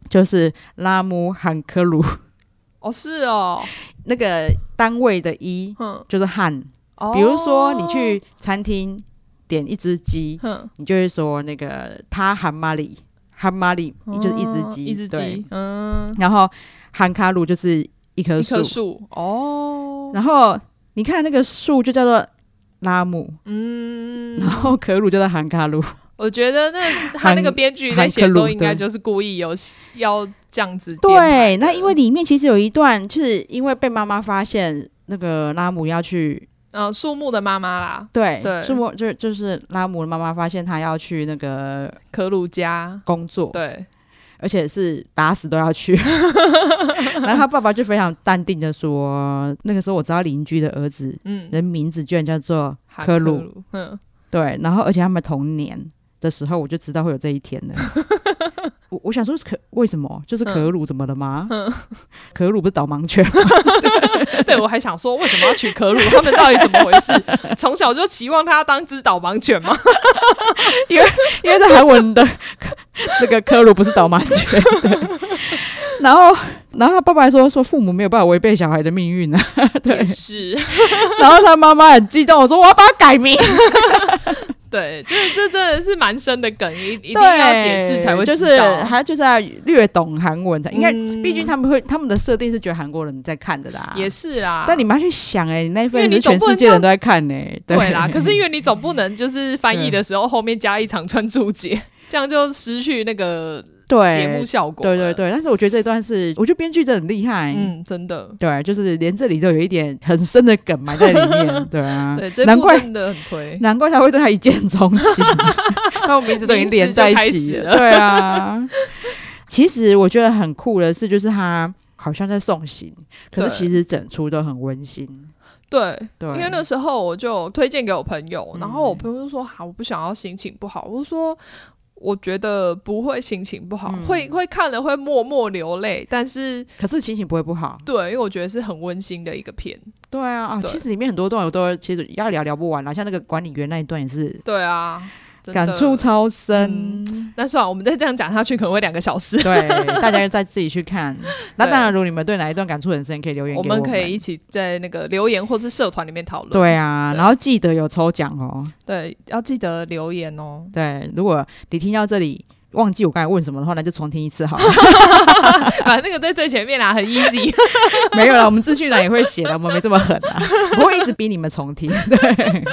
Speaker 1: 就是拉姆汉科鲁，
Speaker 2: 哦是哦，
Speaker 1: 那个单位的一
Speaker 2: 嗯，
Speaker 1: 就是汉。
Speaker 2: 哦
Speaker 1: 比如说你，去餐厅点一只鸡，
Speaker 2: 哼，
Speaker 1: 你就会说那个他汉玛里，汉玛里就是一只鸡，
Speaker 2: 哦一只
Speaker 1: 对
Speaker 2: 鸡，嗯，
Speaker 1: 然后汉卡鲁就是一棵
Speaker 2: 一
Speaker 1: 树
Speaker 2: 棵，树，哦，
Speaker 1: 然后你看那个树就叫做拉姆，
Speaker 2: 嗯
Speaker 1: 然，后可鲁叫做汉卡鲁。
Speaker 2: 我觉得那他那个编剧在写的时候，应该就是故意有要这样子编排
Speaker 1: 对，
Speaker 2: 的。
Speaker 1: 那因为里面其实有一段，就是因为被妈妈发现那个拉姆要去
Speaker 2: 呃，树木的妈妈啦，
Speaker 1: 对，
Speaker 2: 对
Speaker 1: 是我就就是拉姆的妈妈发现他要去那个
Speaker 2: 科鲁加，
Speaker 1: 工作，
Speaker 2: 对，
Speaker 1: 而且是打死都要 去。然后他爸爸就非常淡定的说，那个时候我知道邻居的儿子
Speaker 2: 嗯，
Speaker 1: 人名字居然叫做
Speaker 2: 韩
Speaker 1: 科鲁
Speaker 2: 鲁，嗯，
Speaker 1: 对，然后而且他们同年的时候，我就知道会有这一天 了。我我想说可为什么？就是可鲁怎么了吗？可鲁不是导盲犬吗？
Speaker 2: 对我还想说，为什么要娶科鲁？ 他们到底怎么回 事？从小就期望他当只导盲犬吗？
Speaker 1: 因为在韩文 的那个科鲁不是导盲犬。对然后，然后他爸爸还说说父母没有办法违背小孩的命运 啊。 对
Speaker 2: 也，是，
Speaker 1: 然后他妈妈很激动，我说我要把它改名，
Speaker 2: 对，这这真的是蛮深的梗， 一一定要解释才会
Speaker 1: 就
Speaker 2: 知
Speaker 1: 是
Speaker 2: 道。
Speaker 1: 他就是要略懂韩文才，应该、
Speaker 2: 嗯
Speaker 1: 毕竟他们会他们的设定是觉得韩国人在看的啦，
Speaker 2: 也是啦，
Speaker 1: 但你们要去想哎、你那一份
Speaker 2: 因为你
Speaker 1: 是
Speaker 2: 总
Speaker 1: 全
Speaker 2: 不能
Speaker 1: 世界人都在看欸呢、
Speaker 2: 对啦，可是因为你总不能就是翻译
Speaker 1: 对
Speaker 2: 的时候后面加一场串注解，这样就失去那个节目
Speaker 1: 对
Speaker 2: 效果。
Speaker 1: 对对，对，但是我觉得这一段是，我觉得编剧真的很厉害。
Speaker 2: 嗯，真的，
Speaker 1: 对，就是连这里都有一点很深的梗埋在里面，对啊，
Speaker 2: 对，这
Speaker 1: 难
Speaker 2: 部
Speaker 1: 怪
Speaker 2: 真的很推。
Speaker 1: 难怪他会对他一见钟 情，他们名字都已经连在一
Speaker 2: 名字
Speaker 1: 起
Speaker 2: 就开始
Speaker 1: 了，对啊。其实我觉得很酷的是，就是他好像在送行，可是
Speaker 2: 对
Speaker 1: 其实整出都很温馨，
Speaker 2: 对，
Speaker 1: 对，嗯
Speaker 2: 因为那时候我就推荐给我朋友，然后我朋友就说：“好，我不想要心情不好。”我就说。我觉得不会心情不好，
Speaker 1: 嗯
Speaker 2: 会会看了会默默流泪，但是
Speaker 1: 可是心情不会不好，
Speaker 2: 对，因为我觉得是很温馨的一个片。
Speaker 1: 对啊啊，
Speaker 2: 对
Speaker 1: 其实里面很多段我都其实要聊聊不完啦，像那个管理员那一段也是
Speaker 2: 对啊，真的嗯
Speaker 1: 感触。超深。
Speaker 2: 那算了，我们再这样讲下去可能会两个小时。
Speaker 1: 对，大家再自己去 看。那当然，如果你们对哪一段感触很深，可以留言给
Speaker 2: 我
Speaker 1: 们
Speaker 2: 们可以一起在那个留言或是社团里面讨论。
Speaker 1: 对啊，
Speaker 2: 对
Speaker 1: 然后记得有抽奖哦。
Speaker 2: 对，要记得留言哦。
Speaker 1: 对，如果你听到这里忘记我刚才问什么的话，那就重听一次好了。
Speaker 2: 反正那个在最前面啦，很 easy。
Speaker 1: 没有了，我们资讯栏也会写的，我们没这么狠啊，不会一直逼你们重听。对。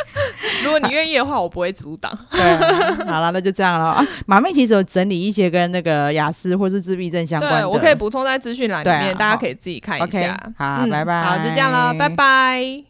Speaker 2: 如果你愿意的话，我不会阻挡。
Speaker 1: 对啊，好了，那就这样了啊。马妹其实有整理一些跟那个雅思或是自闭症相关
Speaker 2: 对，
Speaker 1: 的，
Speaker 2: 我可以补充在资讯栏里
Speaker 1: 对啊
Speaker 2: 面，大家
Speaker 1: 好
Speaker 2: 可以自己看一
Speaker 1: OK，
Speaker 2: 下。嗯
Speaker 1: 好，拜拜，
Speaker 2: 好，就这样了，拜。拜。